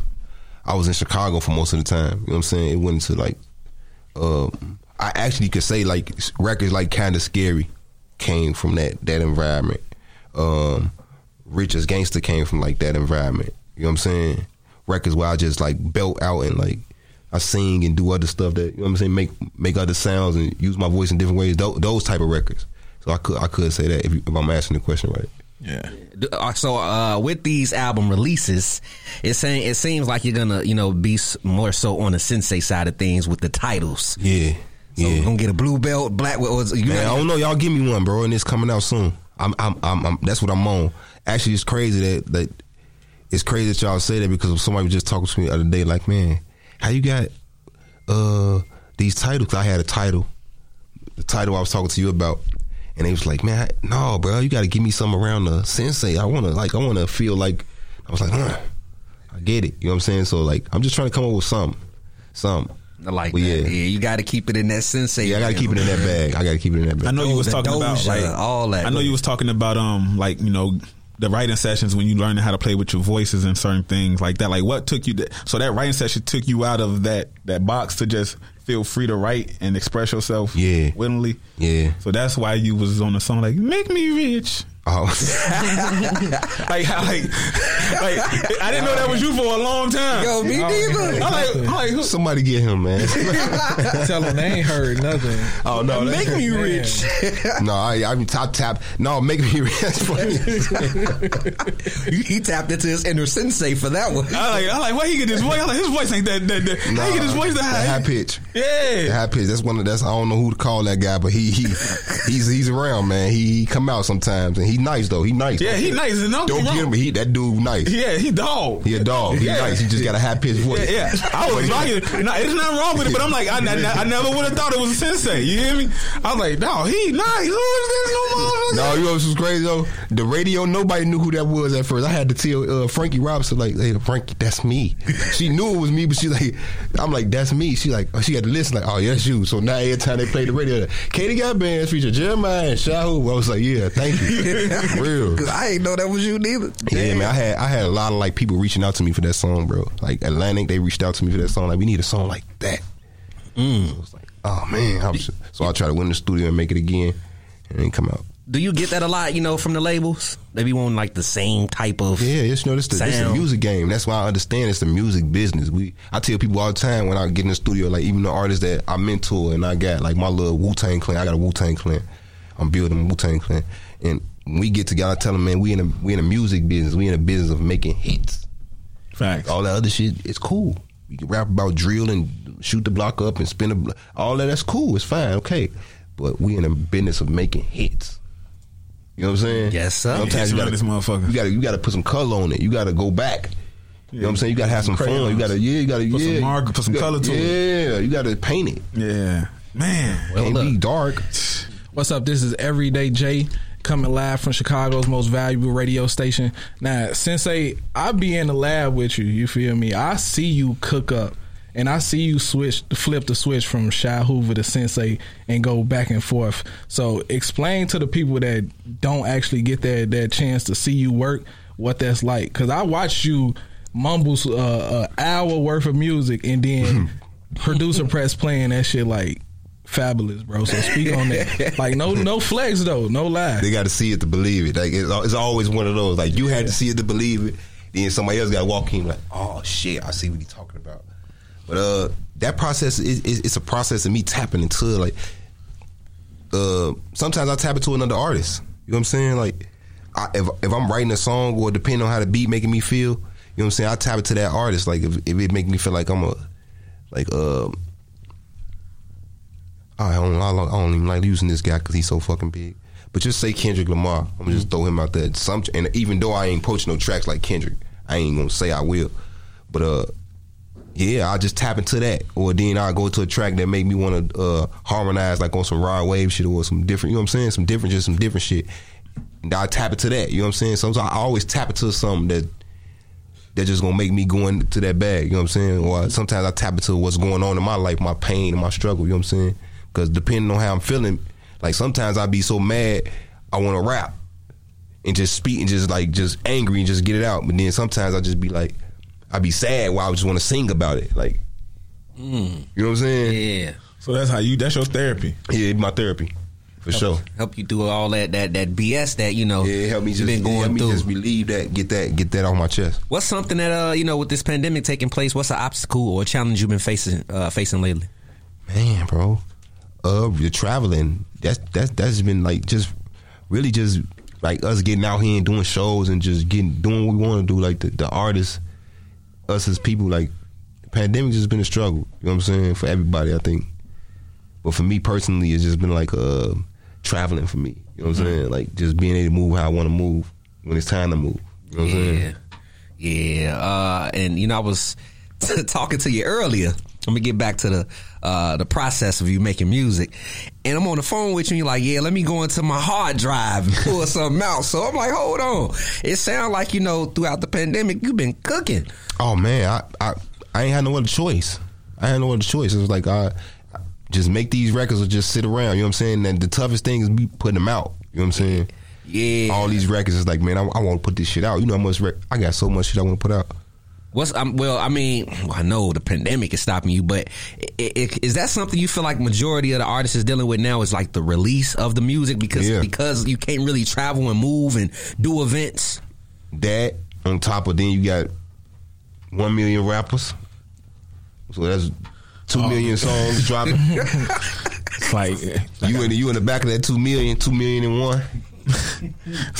Speaker 5: I was in Chicago for most of the time. You know what I'm saying? It went into like, uh, I actually could say like s- records like kind of scary came from that that environment. Um, Richard's Gangster came from like that environment. You know what I'm saying? Records where I just like belt out and like I sing and do other stuff that you know what I'm saying make make other sounds and use my voice in different ways. Those, those type of records. So I could I could say that if, you, if I'm asking the question right.
Speaker 7: yeah.
Speaker 4: Uh, so uh, with these album releases, it's saying it seems like you're gonna you know be s- more so on the sensei side of things with the titles.
Speaker 5: Yeah,
Speaker 4: So
Speaker 5: yeah.
Speaker 4: we're gonna get a blue belt, black. What was you
Speaker 5: Man, I don't know. Y'all give me one, bro, and it's coming out soon. I'm, I'm, I'm, I'm that's what I'm on. Actually, it's crazy that that it's crazy that y'all say that because somebody was just talking to me the other day, like, man, how you got uh these titles? I had a title, the title I was talking to you about, and they was like, man, I- no, bro, you got to give me something around the sensei. I wanna like, I wanna feel like, I was like, huh, I get it. You know what I'm saying? So like, I'm just trying to come up with something, something.
Speaker 4: I like
Speaker 5: Well,
Speaker 4: that.
Speaker 5: yeah.
Speaker 4: Yeah. you got to keep it in that sensei.
Speaker 5: Yeah, I gotta keep it in that bag. I gotta keep it in that bag.
Speaker 6: I know you was
Speaker 4: the
Speaker 6: talking about
Speaker 4: doja,
Speaker 6: like
Speaker 4: all that.
Speaker 6: I know you was talking about um like you know the writing sessions when you learning how to play with your voices and certain things like that. Like what took you? To, so that writing session took you out of that that box to just feel free to write and express yourself.
Speaker 5: Yeah.
Speaker 6: willingly.
Speaker 5: Yeah.
Speaker 6: So that's why you was on the song like "Make Me Rich."
Speaker 5: I Oh,
Speaker 6: Like, how, like, like, I didn't know that was you for a long time.
Speaker 4: Yo, me neither.
Speaker 6: I'm like, I'm like, who?
Speaker 5: somebody get him, man.
Speaker 7: Tell them they ain't heard nothing.
Speaker 5: oh no, that-
Speaker 4: Make me
Speaker 7: Man.
Speaker 4: rich.
Speaker 5: no, I, I be top tap. No, make me. That's funny.
Speaker 4: he tapped into his inner sensei for that one.
Speaker 6: I like, I like, where he get this voice? I like, his voice ain't that. that, that. how he get his voice that
Speaker 5: the
Speaker 6: high?
Speaker 5: high pitch. The
Speaker 6: Yeah.
Speaker 5: high pitch. That's one of that's. I don't know who to call that guy, but he he he's he's around, man. He, he come out sometimes, and he nice though. He nice.
Speaker 6: Yeah, he nice. and Don't,
Speaker 5: Don't
Speaker 6: get
Speaker 5: get him. He that dude nice.
Speaker 6: Yeah, he dog.
Speaker 5: He a dog. He
Speaker 6: Yeah.
Speaker 5: nice. He just got a high pitched voice.
Speaker 6: Yeah, yeah. I was rocking. No, it's nothing wrong with it, but I'm like, I, I, I never would have thought it was a sensei. You hear me? I was like, no, he nice. Who is this no motherfucker?
Speaker 5: No, you know this was crazy though. The radio, nobody knew who that was at first. I had to tell uh, Frankie Robinson, like, "Hey, Frankie, that's me." She knew it was me, but she like, I'm like, "That's me." She like, oh, she had to listen, like, "Oh, yes, you." So now every time they play the radio, like, Katie got bands feature Jeremiah and Shahu. I was like, "Yeah, thank you, real."
Speaker 4: I ain't know that was you neither.
Speaker 5: Yeah, man, I had I had a lot of like people reaching out to me for that song, bro. Like Atlantic, they reached out to me for that song. Like, we need a song like that. So I was like, oh man, I was, so I tried to win the studio and make it again, and then come out.
Speaker 4: Do you get that a lot? You know, from the labels, they be wanting like the same type of.
Speaker 5: Yeah, it's you know, this the, this the
Speaker 4: Sound.
Speaker 5: music game. That's why I understand it's the music business. We I tell people all the time when I get in the studio, like even the artists that I mentor and I got like my little Wu Tang Clan. I got a Wu Tang Clan. I'm building Wu Tang Clan, and when we get together. I tell them, man, we in a we in a music business. We in a business of making hits.
Speaker 6: Facts.
Speaker 5: All that other shit, it's cool. We can rap about drill and shoot the block up and spin the blo- all that. That's cool. It's fine. Okay, but we in a business of making hits. You know what I'm saying?
Speaker 4: Yes, sir.
Speaker 5: Sometimes
Speaker 6: Hits
Speaker 5: you
Speaker 6: around
Speaker 5: gotta,
Speaker 6: this motherfucker.
Speaker 5: You gotta you gotta put some color on it. You gotta go back. You know what I'm saying? You gotta have some fun. You gotta yeah. You gotta
Speaker 6: Put some
Speaker 5: yeah.
Speaker 6: mark- put some
Speaker 5: You
Speaker 6: color to
Speaker 5: yeah, it. Yeah, you gotta paint it.
Speaker 6: Yeah. Man.
Speaker 5: Can't be dark.
Speaker 7: What's up? This is Everyday Jay coming live from Chicago's most valuable radio station. Now, Sensei, I be in the lab with you. You feel me? I see you cook up. And I see you switch, flip the switch from Shy Hoover to Sensei and go back and forth. So explain to the people that don't actually get that that chance to see you work what that's like. Cause I watched you mumble uh, an hour worth of music and then producer press playing that shit like fabulous, bro. So speak on that. Like no no flex though, no lie.
Speaker 5: They got to see it to believe it. Like it's, al- it's always one of those. Like you had to see it to believe it. Then somebody else got to walk in like, oh shit, I see what he's talking about. But uh, that process is is it's a process of me tapping into like. Uh, sometimes I tap into another artist. You know what I'm saying? Like, I, if if I'm writing a song or depending on how the beat making me feel, you know what I'm saying? I tap into that artist. Like, if, if it make me feel like I'm a like um. I don't, I don't, I don't even like using this guy because he's so fucking big. But just say Kendrick Lamar. I'm gonna just throw him out there. Some, and even though I ain't poaching no tracks like Kendrick, I ain't gonna say I will. But uh, yeah, I just tap into that, or then I go to a track that make me want to uh, harmonize like on some raw wave shit or some different. You know what I'm saying? Some different, just some different shit. And I tap into that. You know what I'm saying? Sometimes I always tap into something that that just gonna make me go into that bag. You know what I'm saying? Or sometimes I tap into what's going on in my life, my pain and my struggle. You know what I'm saying? Because depending on how I'm feeling, like sometimes I be so mad I want to rap and just speak and just like just angry and just get it out. But then sometimes I just be like, I be sad while I just want to sing about it. Like, you know what I'm saying?
Speaker 4: Mm. Yeah.
Speaker 6: So that's how you, that's your therapy.
Speaker 5: Yeah, it's my therapy for sure.
Speaker 4: Help you through all that that that BS that you know.
Speaker 5: Yeah, it help me
Speaker 4: you
Speaker 5: just
Speaker 4: been going
Speaker 5: help me
Speaker 4: through.
Speaker 5: just relieve that, get that, get that off my chest.
Speaker 4: what's something that uh you know with this pandemic taking place? What's an obstacle or a challenge you've been facing uh, facing lately?
Speaker 5: Man, bro. Uh you're traveling. That's that's that's been like just really just like us getting out here and doing shows and just getting doing what we want to do, like the, the artists, us as people, like the pandemic just been a struggle, you know what I'm saying, for everybody, I think. But for me personally, it's just been like uh traveling for me. You know what I'm saying? Like just being able to move how I want to move when it's time to move. You know what I'm saying?
Speaker 4: Yeah, yeah. Uh, and you know, I was talking to you earlier. Let me get back to the uh, the process of you making music. And I'm on the phone with you. and You're like, yeah, let me go into my hard drive and pull something out. So I'm like, hold on. It sounds like you know throughout the pandemic you've been cooking.
Speaker 5: Oh man, I, I I ain't had no other choice. I had no other choice. It was like I I just make these records or just sit around. You know what I'm saying? And the toughest thing is me putting them out. You know what I'm saying?
Speaker 4: Yeah.
Speaker 5: Oh, All these records is like, man, I, I want to put this shit out. You know how much rec- I got so much shit I want to put out.
Speaker 4: What's um, well? I mean, well, I know the pandemic is stopping you, but i i- is that something you feel like majority of the artists is dealing with now? Is like the release of the music because
Speaker 5: Yeah.
Speaker 4: because you can't really travel and move and do events.
Speaker 5: that on top of then you got one million rappers. So that's two million songs dropping.
Speaker 6: Oh. It's like it's
Speaker 5: you in the, you in the back of that two million, two million and one.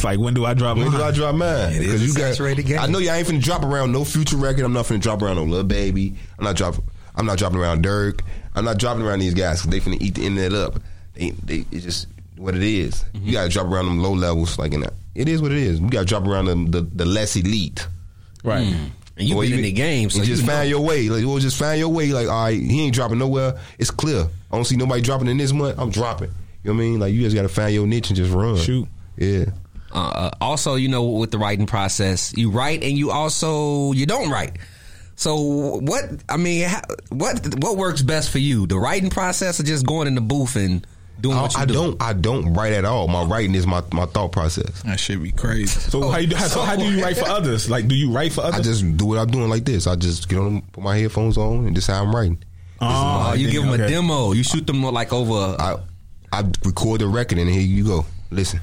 Speaker 6: like when do I drop?
Speaker 5: When do
Speaker 6: mine?
Speaker 5: I drop mine?
Speaker 4: It is
Speaker 5: Because
Speaker 4: a
Speaker 5: you got.
Speaker 4: saturated game.
Speaker 5: I know y'all ain't finna drop around no future record. I'm not finna drop around no little baby. I'm not dropping. I'm not dropping around Dirk. I'm not dropping around these guys. 'cause they finna eat the internet up. They, they it's just what it is.
Speaker 4: Mm-hmm.
Speaker 5: You gotta drop around them low levels. Like in that. It is what it is. You gotta drop around the the, the less elite.
Speaker 6: Right.
Speaker 4: And you've
Speaker 5: Or
Speaker 4: been in
Speaker 5: even-
Speaker 4: the game, so
Speaker 5: you just
Speaker 4: you know.
Speaker 5: find your way. Like, well, just find your way. Like, all right, he ain't dropping nowhere. It's clear. I don't see nobody dropping in this month. I'm dropping. You know what I mean? Like, you just gotta find your niche and just run.
Speaker 6: Shoot.
Speaker 5: Yeah.
Speaker 4: Uh, also, you know, with the writing process, you write and you also you don't write. So what? I mean, how, what what works best for you? The writing process or just going in the booth and doing
Speaker 5: I,
Speaker 4: what you
Speaker 5: Uh, I
Speaker 4: do?
Speaker 5: don't. I don't write at all. My writing is my, my thought process.
Speaker 7: That should be crazy.
Speaker 6: So how you do, how, so how do you write for others? Like, do you write for
Speaker 5: Oh, I
Speaker 6: others?
Speaker 5: just do what I'm doing like this. I just get on, put my headphones on, and this how I'm writing.
Speaker 4: Oh,
Speaker 6: oh,
Speaker 4: you
Speaker 6: I
Speaker 4: give
Speaker 6: think-
Speaker 4: them a
Speaker 6: okay.
Speaker 4: demo. You shoot them like over.
Speaker 5: I I record the record, and here you go. Listen,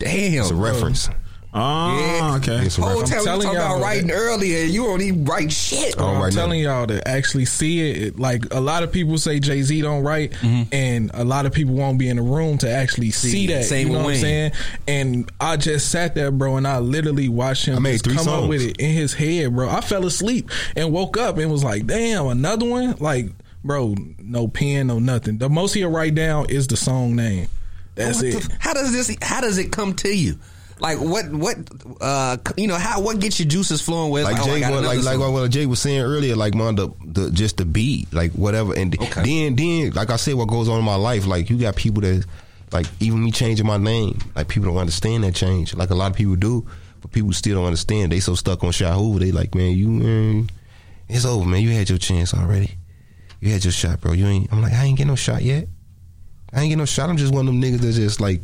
Speaker 4: damn,
Speaker 5: it's a reference. Uh,
Speaker 6: Oh, okay.
Speaker 5: It's a
Speaker 4: Whole
Speaker 5: reference.
Speaker 4: time we
Speaker 7: telling
Speaker 4: talking
Speaker 7: y'all
Speaker 4: about
Speaker 7: that-
Speaker 4: writing earlier, and you don't even write shit.
Speaker 5: I don't
Speaker 7: I'm
Speaker 5: write nothing.
Speaker 7: telling y'all to actually see it. it- Like a lot of people say Jay Z don't write, and a lot of people won't be in the room to actually see,
Speaker 4: See,
Speaker 7: that.
Speaker 4: same
Speaker 7: you
Speaker 4: with
Speaker 7: know what I'm
Speaker 4: Wayne.
Speaker 7: saying? And I just sat there, bro, and I literally watched him
Speaker 5: I made
Speaker 7: just
Speaker 5: three
Speaker 7: come up
Speaker 5: songs.
Speaker 7: with it in his head, bro. I fell asleep and woke up and was like, damn, another one? Like, bro, no pen, no nothing. The most he'll write down is the song name. That's
Speaker 4: What
Speaker 7: it.
Speaker 4: the- how does this? How does it come to you? Like what? What? Uh, you know how? What gets your juices flowing? Where it's
Speaker 5: like
Speaker 4: like, oh, I
Speaker 5: Jay,
Speaker 4: got
Speaker 5: was,
Speaker 4: another
Speaker 5: like like
Speaker 4: song.
Speaker 5: what Jay was saying earlier, like man, the, the just the beat, like whatever, and
Speaker 4: Okay.
Speaker 5: then then like I said, what goes on in my life, like you got people that, like even me changing my name, like people don't understand that change, like a lot of people do, but people still don't understand. They so stuck on Shy Hoover, they like, man, you, man, it's over, man. You had your chance already. You had your shot, bro. You ain't. I'm like, I ain't get no shot yet. I ain't get no shot. I'm just one of them niggas that's just like.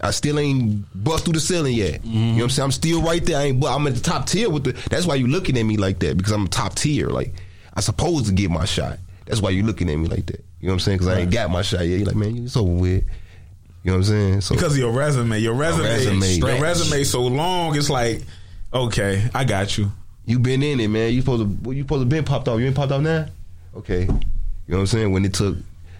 Speaker 5: I still ain't bust through the ceiling yet. You know what I'm saying? I'm still right there. I ain't. bu- I'm at the top tier with the. That's why you looking at me like that because I'm top tier. Like I supposed to get my shot. That's why you looking at me like that. You know what I'm saying? Because I ain't got my shot yet. You like man, you- it's over with. You know what I'm saying? So
Speaker 6: Because of your resume, your resume,
Speaker 5: resume.
Speaker 6: your
Speaker 5: Stretch.
Speaker 6: resume so long. It's like, okay, I got you.
Speaker 5: you been in it, man. You supposed to. well, You supposed to been popped off. You ain't popped off now. Okay. You know what I'm saying? When it took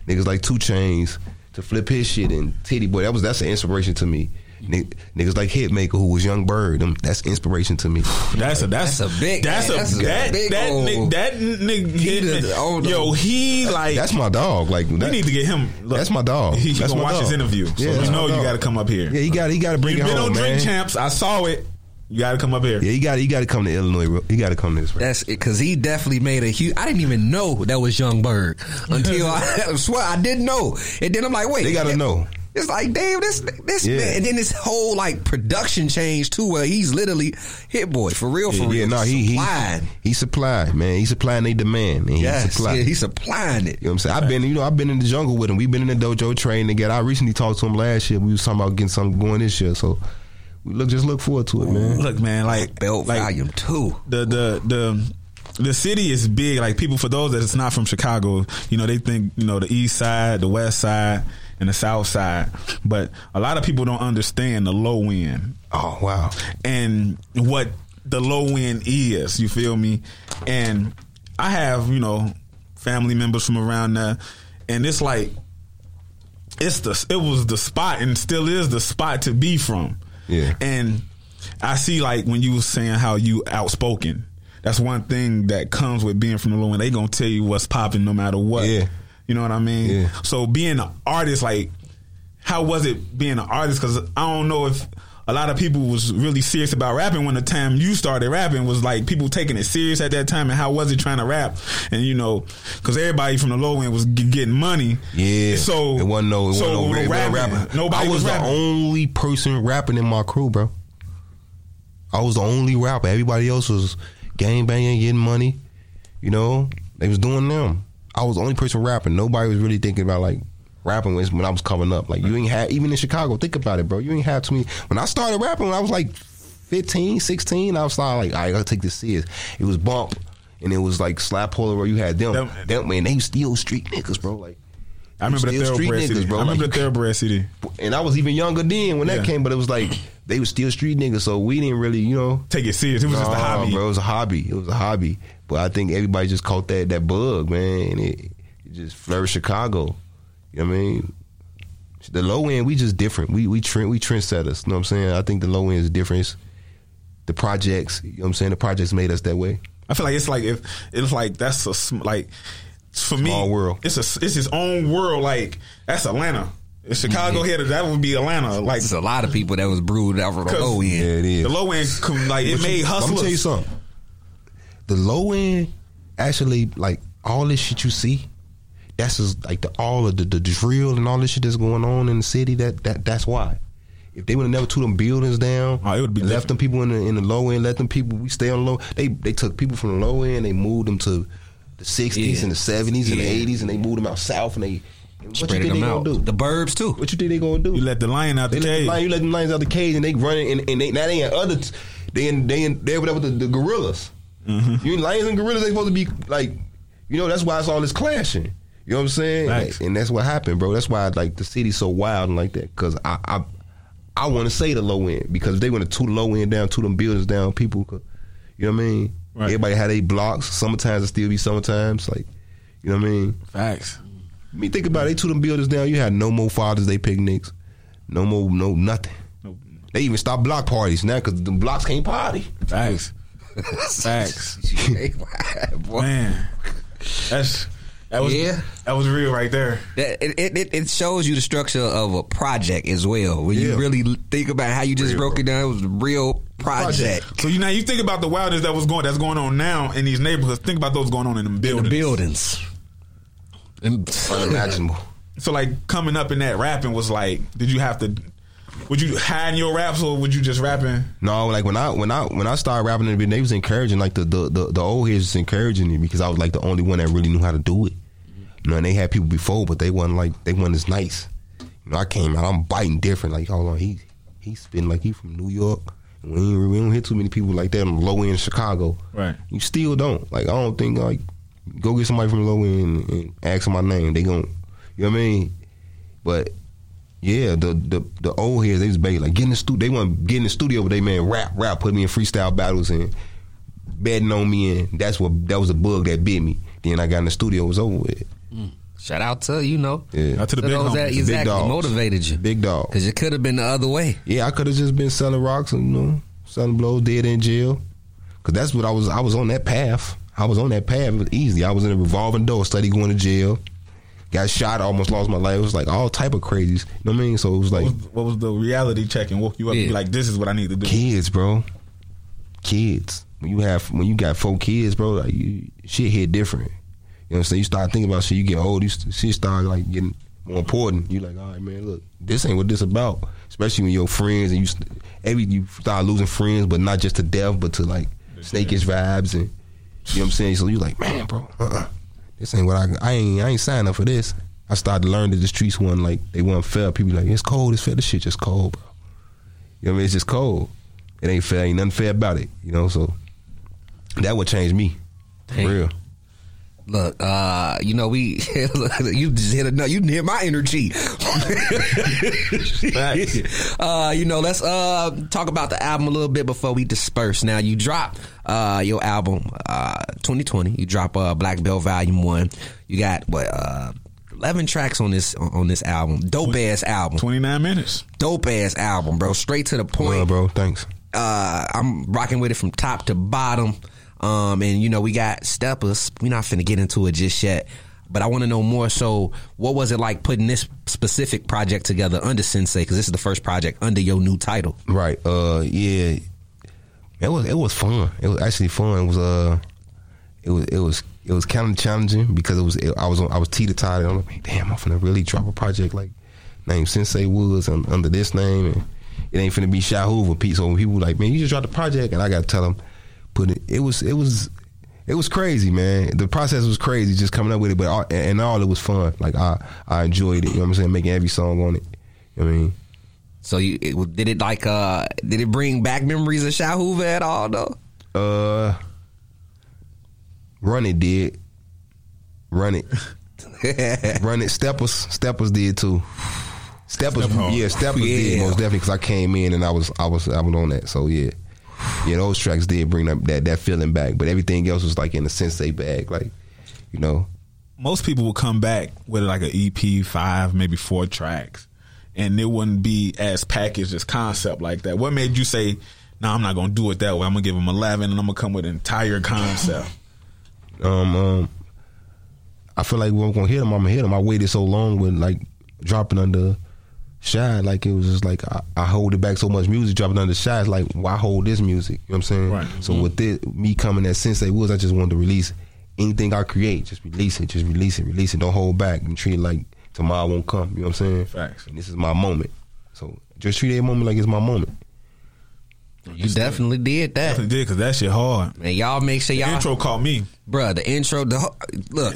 Speaker 5: niggas like Two Chains to flip his shit and Titty Boy, that was that's an inspiration to me. Ni- Niggas like Hitmaker, who was Young Bird, them, that's inspiration to me.
Speaker 6: That's a that's,
Speaker 4: That's a big-
Speaker 6: that's a
Speaker 4: that's a
Speaker 6: that
Speaker 4: big
Speaker 6: that
Speaker 4: old-
Speaker 6: nigga that nigga
Speaker 4: He
Speaker 6: hit
Speaker 4: done- oh, no.
Speaker 6: me. yo he like
Speaker 5: That's my dog. Like
Speaker 6: we
Speaker 5: that-
Speaker 6: need to get him. look,
Speaker 5: that's my dog.
Speaker 6: He, he
Speaker 5: That's
Speaker 6: gonna
Speaker 5: my
Speaker 6: watch
Speaker 5: dog.
Speaker 6: his interview, so
Speaker 5: Yeah,
Speaker 6: you
Speaker 5: that's
Speaker 6: know
Speaker 5: my
Speaker 6: you
Speaker 5: dog.
Speaker 6: got to come up here.
Speaker 5: Yeah, he got he got to bring
Speaker 6: You've
Speaker 5: it
Speaker 6: been
Speaker 5: home,
Speaker 6: on
Speaker 5: man.
Speaker 6: Drink Champs. I saw it. You got to come up here.
Speaker 5: Yeah, he got he got to come to Illinois. real- He got to come to this.
Speaker 4: That's it, cause he definitely made a huge. I didn't even know that was Young Bird until I, I swear I didn't know. And then I'm like, wait,
Speaker 5: They gotta know.
Speaker 4: It's like, damn, this this
Speaker 5: Yeah.
Speaker 4: man. And then this whole like production change too, where he's literally hit boy for real, for
Speaker 5: Yeah,
Speaker 4: real.
Speaker 5: yeah, no, he he
Speaker 4: supplying.
Speaker 5: he supplied, man. He supplying they demand, and he
Speaker 4: yes,
Speaker 5: supplied.
Speaker 4: yeah, he's supplying it.
Speaker 5: you know what I'm saying? I've been, you know, I've been in the jungle with him. We've been in the dojo training together. I recently talked to him last year. We was talking about getting something going this year, so we look, just look forward to it, man.
Speaker 6: Look, man, like
Speaker 4: Belt
Speaker 6: like,
Speaker 4: volume two.
Speaker 6: the the the the city is big. Like people, for those that's not from Chicago, you know, they think you know the East Side, the West Side, and the South Side. But a lot of people don't understand the low end
Speaker 5: Oh wow,
Speaker 6: and what the low end is. You feel me? And I have you know family members from around there, and it's like it's the it was the spot and still is the spot to be from.
Speaker 5: Yeah.
Speaker 6: And I see like when you was saying how you outspoken. That's one thing that comes with being from the low end. They gonna tell you what's popping no matter what.
Speaker 5: Yeah.
Speaker 6: You know what I mean?
Speaker 5: Yeah.
Speaker 6: So being an artist, like, how was it being an artist? Because I don't know if a lot of people was really serious about rapping when the time you started rapping was like people taking it serious at that time. And how was it trying to rap? And you know, because everybody from the low end was g- getting money.
Speaker 5: yeah.
Speaker 6: So
Speaker 5: it wasn't no, it
Speaker 6: so
Speaker 5: wasn't no, it wasn't
Speaker 6: rapping,
Speaker 5: rapping.
Speaker 6: Nobody
Speaker 5: I
Speaker 6: was,
Speaker 5: was, the
Speaker 6: rapping.
Speaker 5: only person rapping in my crew, bro. I was the only rapper. Everybody else was gang banging, getting money. You know, they was doing them. I was the only person rapping. Nobody was really thinking about like rapping when when I was coming up. Like you ain't had even in Chicago. Think about it, bro. You ain't had too many. When I started rapping, when I was like 15, 16, I was like, all right, I gotta take this serious. It was Bump, and it was like Slap Polar where you had them.
Speaker 6: Them-
Speaker 5: Them, man, they was still street niggas, bro. Like,
Speaker 6: I remember the
Speaker 5: still street
Speaker 6: thoroughbred
Speaker 5: niggas,
Speaker 6: city.
Speaker 5: bro.
Speaker 6: I remember
Speaker 5: Like-
Speaker 6: the thoroughbred city.
Speaker 5: and I was even younger then when
Speaker 6: Yeah.
Speaker 5: that came, but it was like they was still street niggas, so we didn't really, you know.
Speaker 6: Take it serious. It was just a
Speaker 5: Nah,
Speaker 6: hobby.
Speaker 5: bro. It was a hobby. It was a hobby. But I think everybody just caught that that bug, man. And it, it just flourished Chicago. You know what I mean? The low end, we just different. We we trend we trendsetters. You know what I'm saying? I think the low end is different. It's the projects, you know what I'm saying? The projects made us that way.
Speaker 6: I feel like it's like if it's like that's a sm- like for me
Speaker 5: Small world.
Speaker 6: It's a it's his own world. Like that's Atlanta. If Chicago here, that would be Atlanta. Like
Speaker 4: It's a lot of people that was brewed out of the
Speaker 6: 'Cause-
Speaker 4: low end.
Speaker 5: it is.
Speaker 6: the low end, com- like it made
Speaker 5: But you- Let me tell you
Speaker 6: hustlers.
Speaker 5: something. The low end, actually, like all this shit you see, that's just like the all of the, the drill and all this shit that's going on in the city. That that that's why. If they would have never took them buildings down,
Speaker 6: Oh, it would be
Speaker 5: and left them people in the in the low end, let them people we stay on the low. They they took people from the low end, they moved them to the sixties
Speaker 4: Yeah.
Speaker 5: and the seventies and the
Speaker 4: Yeah.
Speaker 5: eighties, and they moved them out south and they. and What you
Speaker 4: Spreading
Speaker 5: think they
Speaker 4: them
Speaker 5: gonna
Speaker 4: out.
Speaker 5: do?
Speaker 4: The burbs too.
Speaker 5: What you think they gonna do?
Speaker 6: You let the lion out the
Speaker 5: They let the lion,
Speaker 6: cage.
Speaker 5: you let them lions out the cage and they running and, and they now they in other they in they in they over there with the, the gorillas.
Speaker 6: Mm-hmm.
Speaker 5: You lions and gorillas they supposed to be like you know that's why it's all this clashing. You know what I'm saying?
Speaker 6: Facts.
Speaker 5: And that's what happened, bro. That's why like the city's so wild and like that because I I, I want to say the low end because if they went to too low end down, two them buildings down, people. Could, you know what I mean?
Speaker 6: Right.
Speaker 5: Everybody had their blocks. Sometimes it still be sometimes like. You know what I mean?
Speaker 6: Facts.
Speaker 5: I mean, think about it. They took them buildings down. You had no more Father's Day picnics, no more, no nothing. They even stopped block parties now because the blocks can't party.
Speaker 6: Facts. Facts.
Speaker 4: Boy.
Speaker 6: Man, that's that was
Speaker 4: Yeah.
Speaker 6: that was real right there.
Speaker 4: That, it, it- it, it shows you the structure of a project as well. When you
Speaker 5: Yeah.
Speaker 4: really think about how you just broke it down, it was a real project.
Speaker 6: So you now you think about the wildness that was going that's going on now in these neighborhoods. Think about those going on in them buildings.
Speaker 4: The buildings. And-
Speaker 5: Unimaginable.
Speaker 6: So like coming up in that rapping was like, did you have to? Would you hide in your raps or would you just rapping?
Speaker 5: no, like when I when I when I started rapping in the beginning, they was encouraging like the the, the the old heads was encouraging me because I was like the only one that really knew how to do it. You know, and they had people before, but they wasn't like they wasn't as nice. You know, I came out, I'm biting different. Like, hold on, he he spitting like he from New York. We ain't, we don't hear too many people like that on the low end Chicago.
Speaker 6: Right.
Speaker 5: You still don't. Like I don't think like go get somebody from the low end and, and ask them my name. They gon' you know what I mean? But yeah, the the the old heads they was big like get in the studio. They want get in the studio, but they man rap rap put me in freestyle battles and betting on me and that's what that was the bug that bit me. Then I got in the studio, it was over with.
Speaker 4: Shout out to you know.
Speaker 5: Yeah,
Speaker 6: Out to the big
Speaker 4: those
Speaker 6: homies,
Speaker 4: that
Speaker 6: the big
Speaker 4: exactly
Speaker 5: dogs.
Speaker 4: motivated you.
Speaker 5: big dog.
Speaker 4: Because it could have been the other way.
Speaker 5: Yeah, I could have just been selling rocks and you know, selling blows, dead in jail. Cause that's what I was. I was on that path. I was on that path. It was easy. I was in a revolving door, study going to jail. Got shot. Almost lost my life. It was like all type of crazies. You know what I mean? So it was like
Speaker 6: What was, what was the reality check and woke you up and be
Speaker 4: Yeah.
Speaker 6: like, this is what I need to do?
Speaker 5: kids, bro. Kids. When you have when you got four kids, bro, like you shit hit different. You know what I'm saying? You start thinking about shit. You get old. You st- shit start like getting more important. You like, all right, man, look, this ain't what this about. Especially when your friends and you st- every you start losing friends, but not just to death, but to like snakish vibes and you know what I'm saying. So you like, man, bro, uh-uh. this ain't what I I ain't I ain't signing up for this. I started to learn that the streets weren't like they weren't fair. People be like it's cold, it's fair. This shit just cold, bro. You know what I mean? It's just cold. It ain't fair. Ain't nothing fair about it. You know, so that would change me. For
Speaker 4: Hey.
Speaker 5: real.
Speaker 4: Look, uh, you know we you just hit another. You hit my energy. uh, you know, let's uh talk about the album a little bit before we disperse. Now you drop uh your album uh 2020. You drop uh Black Belt Volume One. You got what uh 11 tracks on this on this album. Dope ass album.
Speaker 6: 29 minutes.
Speaker 4: Dope ass album, bro. Straight to the point
Speaker 5: Love, bro. Thanks.
Speaker 4: uh, I'm rocking with it from top to bottom. Um, and you know, we got steppers. We're not finna get into it just yet. But I want to know more. So, what was it like putting this specific project together under Sensei? Because this is the first project under your new title.
Speaker 5: Right. Uh yeah. It was it was fun. It was actually fun. It was uh it was it was it was kind of challenging because it was it, I was on, I was teeter totted. I'm like, damn, I'm finna really drop a project like named Sensei Woods and under this name, and it ain't finna be Shy Hoover. Pete. So when people like, man, you just dropped a project, and I gotta tell them, put it. It was it was it was crazy, man. The process was crazy, just coming up with it, but all, and all it was fun. Like I I enjoyed it. You know what I'm saying? Making every song on it. You know what I mean.
Speaker 4: So you it, was- did it like uh did it bring back memories of Shy Hoover at all though?
Speaker 5: Uh, run it did. Run it. run it. Steppers. Steppers did too. Steppers. yeah, Steppers did
Speaker 4: Yeah.
Speaker 5: most definitely because I came in and I was I was I was on that. So yeah, yeah, those tracks did bring up that that feeling back. But everything else was like in the sensei bag, like you know.
Speaker 6: most people will come back with like an EP five, maybe four tracks, and it wouldn't be as packaged as concept like that. What made you say, "No, I'm not gonna do it that way. I'm gonna give them eleven, and I'm gonna come with an entire concept."
Speaker 5: um, um I feel like when I'm gonna hit him, I'm gonna hit him. I waited so long with like dropping under shy, like it was just like I, I hold it back so much music dropping under shy. It's like why hold this music? You know what I'm saying?
Speaker 6: Right. Mm-hmm.
Speaker 5: So with this, me coming at Sensei Woods, I just wanted to release anything I create. Just release it. Just release it. Release it. Don't hold back and treat it like tomorrow won't come. You know what I'm saying?
Speaker 6: Facts.
Speaker 5: And this is my moment. So just treat that moment like it's my moment.
Speaker 4: You definitely did that.
Speaker 6: Definitely did because that shit hard.
Speaker 4: Man, y'all make sure y'all
Speaker 6: Intro caught me.
Speaker 4: Bruh, the intro, the ho- look,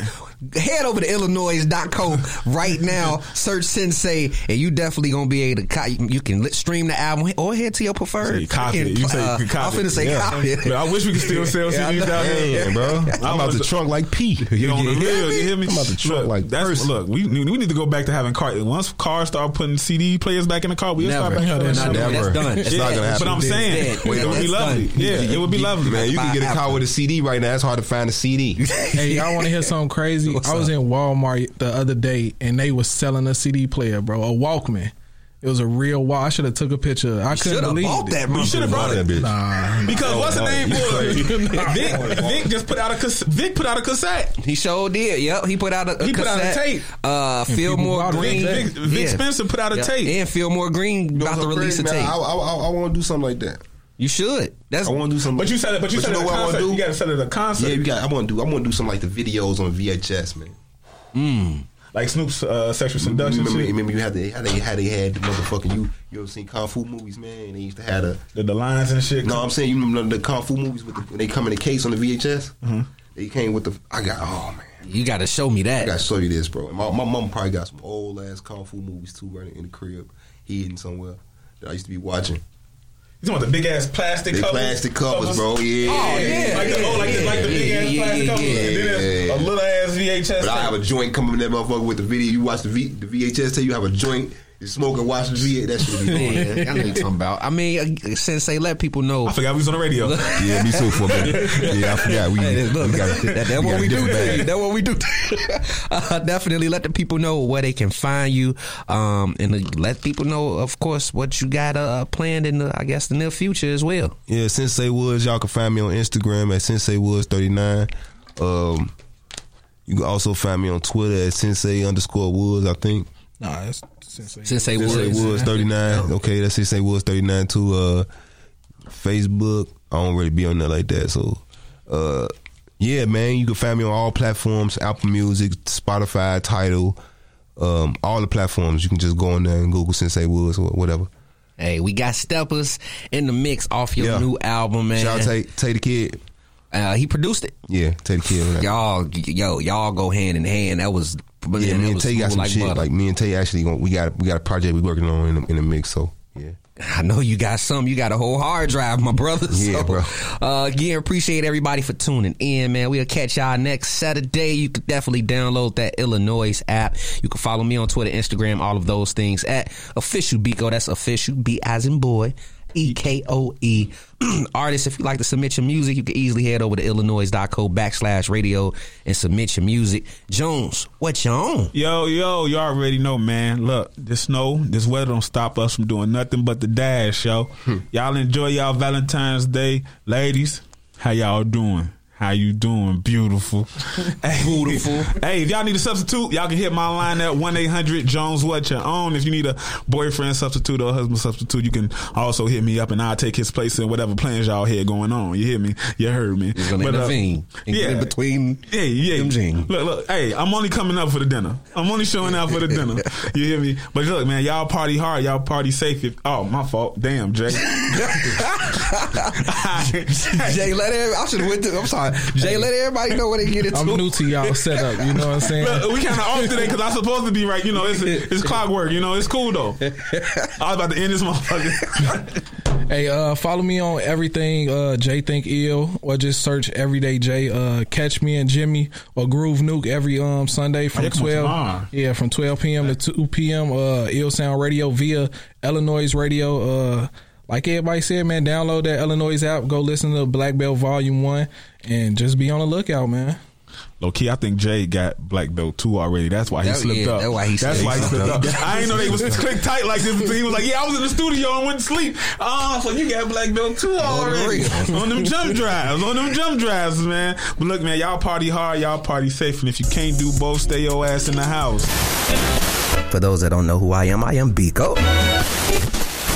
Speaker 4: head over to illinois.co right now, search Sensei, and you definitely gonna be able to, co- you can li- stream the album or head to your preferred.
Speaker 6: Say copy it.
Speaker 4: freaking
Speaker 6: You say
Speaker 4: pl- uh,
Speaker 6: you can copy
Speaker 4: I'm finna
Speaker 6: it.
Speaker 4: say
Speaker 6: Yeah.
Speaker 4: copy it.
Speaker 6: But I wish we could still sell
Speaker 4: Yeah, I
Speaker 6: CDs
Speaker 4: know.
Speaker 6: down there.
Speaker 5: Damn, bro.
Speaker 6: I
Speaker 5: I'm out
Speaker 6: was-
Speaker 5: the trunk like pee.
Speaker 6: You on the
Speaker 5: get-
Speaker 6: real, you hear me?
Speaker 5: I'm out the trunk
Speaker 6: look,
Speaker 5: like
Speaker 6: that's,
Speaker 5: person.
Speaker 6: look, we we need to go back to having car. Once cars start putting CD players back in the car, we'll start
Speaker 4: Never.
Speaker 6: back.
Speaker 4: No, that's
Speaker 6: Yeah,
Speaker 4: not-
Speaker 5: Never.
Speaker 4: that's done.
Speaker 5: It's
Speaker 4: Yeah,
Speaker 5: not gonna
Speaker 4: but
Speaker 5: happen.
Speaker 6: But I'm
Speaker 4: Dead.
Speaker 6: saying
Speaker 4: Dead.
Speaker 6: it would be
Speaker 4: That's
Speaker 6: lovely.
Speaker 4: done.
Speaker 6: Yeah, it would be lovely.
Speaker 5: Man, you can
Speaker 4: By
Speaker 5: get a car
Speaker 4: Apple.
Speaker 5: with a CD right now. It's hard to find a CD.
Speaker 7: Hey, y'all want to hear something crazy?
Speaker 4: What's
Speaker 7: I was
Speaker 4: up?
Speaker 7: in Walmart the other day, and they was selling a CD player, bro, a Walkman. It was a real wall. I should have took a picture. I couldn't
Speaker 4: Should've
Speaker 7: believe
Speaker 4: bought
Speaker 7: it.
Speaker 4: that, bro.
Speaker 6: You should have brought it. Because what's the name for it? Vic, Vic just put out a cassette. Vic put out a cassette.
Speaker 4: He sure did. Yep, he put out a, a
Speaker 6: He put out a
Speaker 4: cassette.
Speaker 6: tape.
Speaker 4: Uh, Fillmore
Speaker 7: bought it.
Speaker 4: Green.
Speaker 6: Vic, Vic, Vic Spencer put out a
Speaker 4: Yep.
Speaker 6: tape.
Speaker 4: And Fillmore Green about to release a
Speaker 5: Man,
Speaker 4: tape.
Speaker 5: I, want to do something like that.
Speaker 4: you should. That's
Speaker 5: I want to do something.
Speaker 6: But you said it. But you said it.
Speaker 5: know
Speaker 6: a
Speaker 5: what I want
Speaker 6: concert.
Speaker 5: to do?
Speaker 6: You got to set it a concert.
Speaker 5: yeah, you got. I want to do. I want to do something like the videos on VHS, man.
Speaker 6: like Snoop's uh, sexual seduction.
Speaker 5: Remember,
Speaker 6: shit.
Speaker 5: remember you had the, how they how they had the motherfucking you. You ever seen kung fu movies, man? They used to have the.
Speaker 6: the, the lines and shit.
Speaker 5: No, I'm saying you remember the kung fu movies with the, when they come in a case on the VHS.
Speaker 6: Mm-hmm.
Speaker 5: They came with the. I got. Oh man.
Speaker 4: you got to show me
Speaker 5: I gotta
Speaker 4: that.
Speaker 5: show you this, bro. My my mom probably got some old ass kung fu movies too, running in the crib, hidden somewhere that I used to be watching.
Speaker 6: You talking about the big ass plastic
Speaker 5: They
Speaker 6: covers?
Speaker 5: plastic covers, bro. Yeah.
Speaker 4: Oh, yeah.
Speaker 6: Like the, oh, like the, like
Speaker 4: Yeah,
Speaker 6: the big ass
Speaker 4: yeah, yeah,
Speaker 6: plastic covers. and then there's a
Speaker 5: yeah.
Speaker 6: little ass VHS.
Speaker 5: But I have a joint coming in that motherfucker with the video. You watch the, v, the VHS tape, you have a joint, you smoke and watch the VHS. That should be
Speaker 4: Yeah,
Speaker 5: going,
Speaker 4: I know
Speaker 5: man.
Speaker 4: what you're talking about. I mean, uh, Sensei, let people know.
Speaker 6: I forgot we was on the radio.
Speaker 5: Yeah, me too for a minute. Yeah, I forgot. We,
Speaker 4: Hey,
Speaker 5: we
Speaker 4: look,
Speaker 5: got,
Speaker 4: that, that's
Speaker 5: we
Speaker 4: what
Speaker 5: got
Speaker 4: we do.
Speaker 5: different
Speaker 4: Today.
Speaker 5: bag.
Speaker 4: That's what we do. uh, definitely let the people know where they can find you, um, and let people know, of course, what you got uh, planned in the, I guess, the near future as well.
Speaker 5: Yeah, Sensei Woods. Y'all can find me on Instagram at Sensei Woods thirty nine. Um, you can also find me on Twitter at Sensei underscore Woods. I think
Speaker 7: Nah, that's sensational.
Speaker 4: Sensei
Speaker 5: Sensei
Speaker 4: Woods.
Speaker 5: Woods thirty nine. Okay, that's Sensei Woods thirty nine too. Uh, Facebook. I don't really be on there like that. So, uh, yeah, man, you can find me on all platforms: Apple Music, Spotify, Title, um, all the platforms. You can just go on there and Google Sensei Woods or whatever.
Speaker 4: Hey, we got Steppers in the mix off your
Speaker 5: Yeah.
Speaker 4: new album, man.
Speaker 5: Shout out Tate, Tate the Kid.
Speaker 4: uh, he produced it.
Speaker 5: Yeah, Tate the Kid. man.
Speaker 4: Y'all, yo, y'all go hand in hand. That was man,
Speaker 5: Yeah,
Speaker 4: that
Speaker 5: me and
Speaker 4: was
Speaker 5: Tay
Speaker 4: smooth
Speaker 5: got some
Speaker 4: like
Speaker 5: shit.
Speaker 4: butter.
Speaker 5: Like me and Tay actually, going we got we got a project we working on in the, in the mix. So yeah,
Speaker 4: I know you got some. You got a whole hard drive, my brother.
Speaker 5: Yeah,
Speaker 4: so,
Speaker 5: bro.
Speaker 4: Uh, again, appreciate everybody for tuning in, man. We'll catch y'all next Saturday. You can definitely download that Illinois app. You can follow me on Twitter, Instagram, all of those things at official Biko. That's official B as in boy. E K O E. Artists, if you like to submit your music, you can easily head over to illinois.co backslash radio and submit your music. Jones, what you on?
Speaker 6: Yo, yo, you already know, man. Look, this snow, this weather don't stop us from doing nothing but the dash, yo. Y'all enjoy y'all Valentine's Day. Ladies, how y'all doing? How you doing? Beautiful. Hey,
Speaker 4: Beautiful.
Speaker 6: Hey, if y'all need a substitute, y'all can hit my line at 1 800 Jones What You Own. If you need a boyfriend substitute or husband substitute, you can also hit me up and I'll take his place in whatever plans y'all had going on. You hear me? You heard me.
Speaker 4: He's gonna
Speaker 6: But, uh,
Speaker 4: intervene and get in between
Speaker 6: yeah, yeah.
Speaker 4: them jeans.
Speaker 6: Look, look, hey, I'm only coming up for the dinner. I'm only showing out for the dinner. You hear me? But look, man, y'all party hard, y'all party safe. If, oh, my fault. Damn, Jay.
Speaker 4: Jay, let it. I should have went. To, I'm sorry. Jay, let everybody know what they get into.
Speaker 7: I'm new to y'all setup. You know what I'm saying?
Speaker 6: Look, we kind of off today because I'm supposed to be right. You know, it's it's clockwork. You know, it's cool though. I was about to end this motherfucker.
Speaker 7: Hey, uh, follow me on everything uh, Jay Think Ill, or just search Everyday Jay. Uh, catch me and Jimmy or Groove Nuke every um Sunday from
Speaker 6: yeah, Oh, come on tomorrow.
Speaker 7: twelve. Yeah, from twelve p.m. to two p.m. Uh, Ill Sound Radio via Illinois Radio. Uh, like everybody said, man, download that Illinois app. Go listen to Black Belt Volume One, and just be on the lookout, man.
Speaker 6: Low key, I think Jay got black belt two already. That's why he
Speaker 4: That-
Speaker 6: slipped
Speaker 4: yeah,
Speaker 6: up.
Speaker 4: that's why he
Speaker 6: That's
Speaker 4: slipped
Speaker 6: why he
Speaker 4: up.
Speaker 6: slipped up. I didn't know they was clicked tight like this. He was like, "Yeah, I was in the studio and went to sleep." Oh, so you got black belt two already
Speaker 4: real.
Speaker 6: on them jump drives, on them jump drives, man. But look, man, y'all party hard, y'all party safe, and if you can't do both, stay your ass in the house.
Speaker 4: For those that don't know who I am, I am Biko.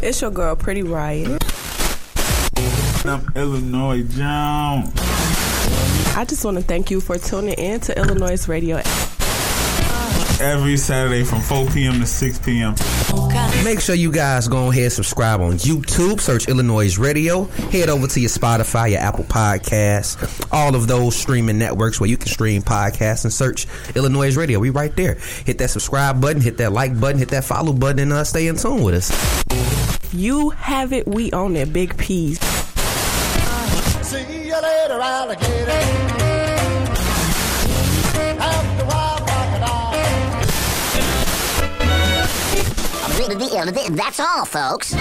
Speaker 1: It's your girl, Pretty Riot.
Speaker 6: I'm Illinois Jones.
Speaker 1: I just want to thank you for tuning in to Illinois Radio.
Speaker 6: every Saturday from 4 p.m. to 6 p.m.
Speaker 4: Make sure you guys go ahead and subscribe on YouTube. Search Illinois Radio. Head over to your Spotify, your Apple Podcasts, all of those streaming networks where you can stream podcasts and search Illinois Radio. We right there. Hit that subscribe button, hit that like button, hit that follow button, and uh, stay in tune with us.
Speaker 1: You have it. We own it. Big P's.
Speaker 8: See you later, alligator. Have the wild crocodile.
Speaker 9: That's all, folks.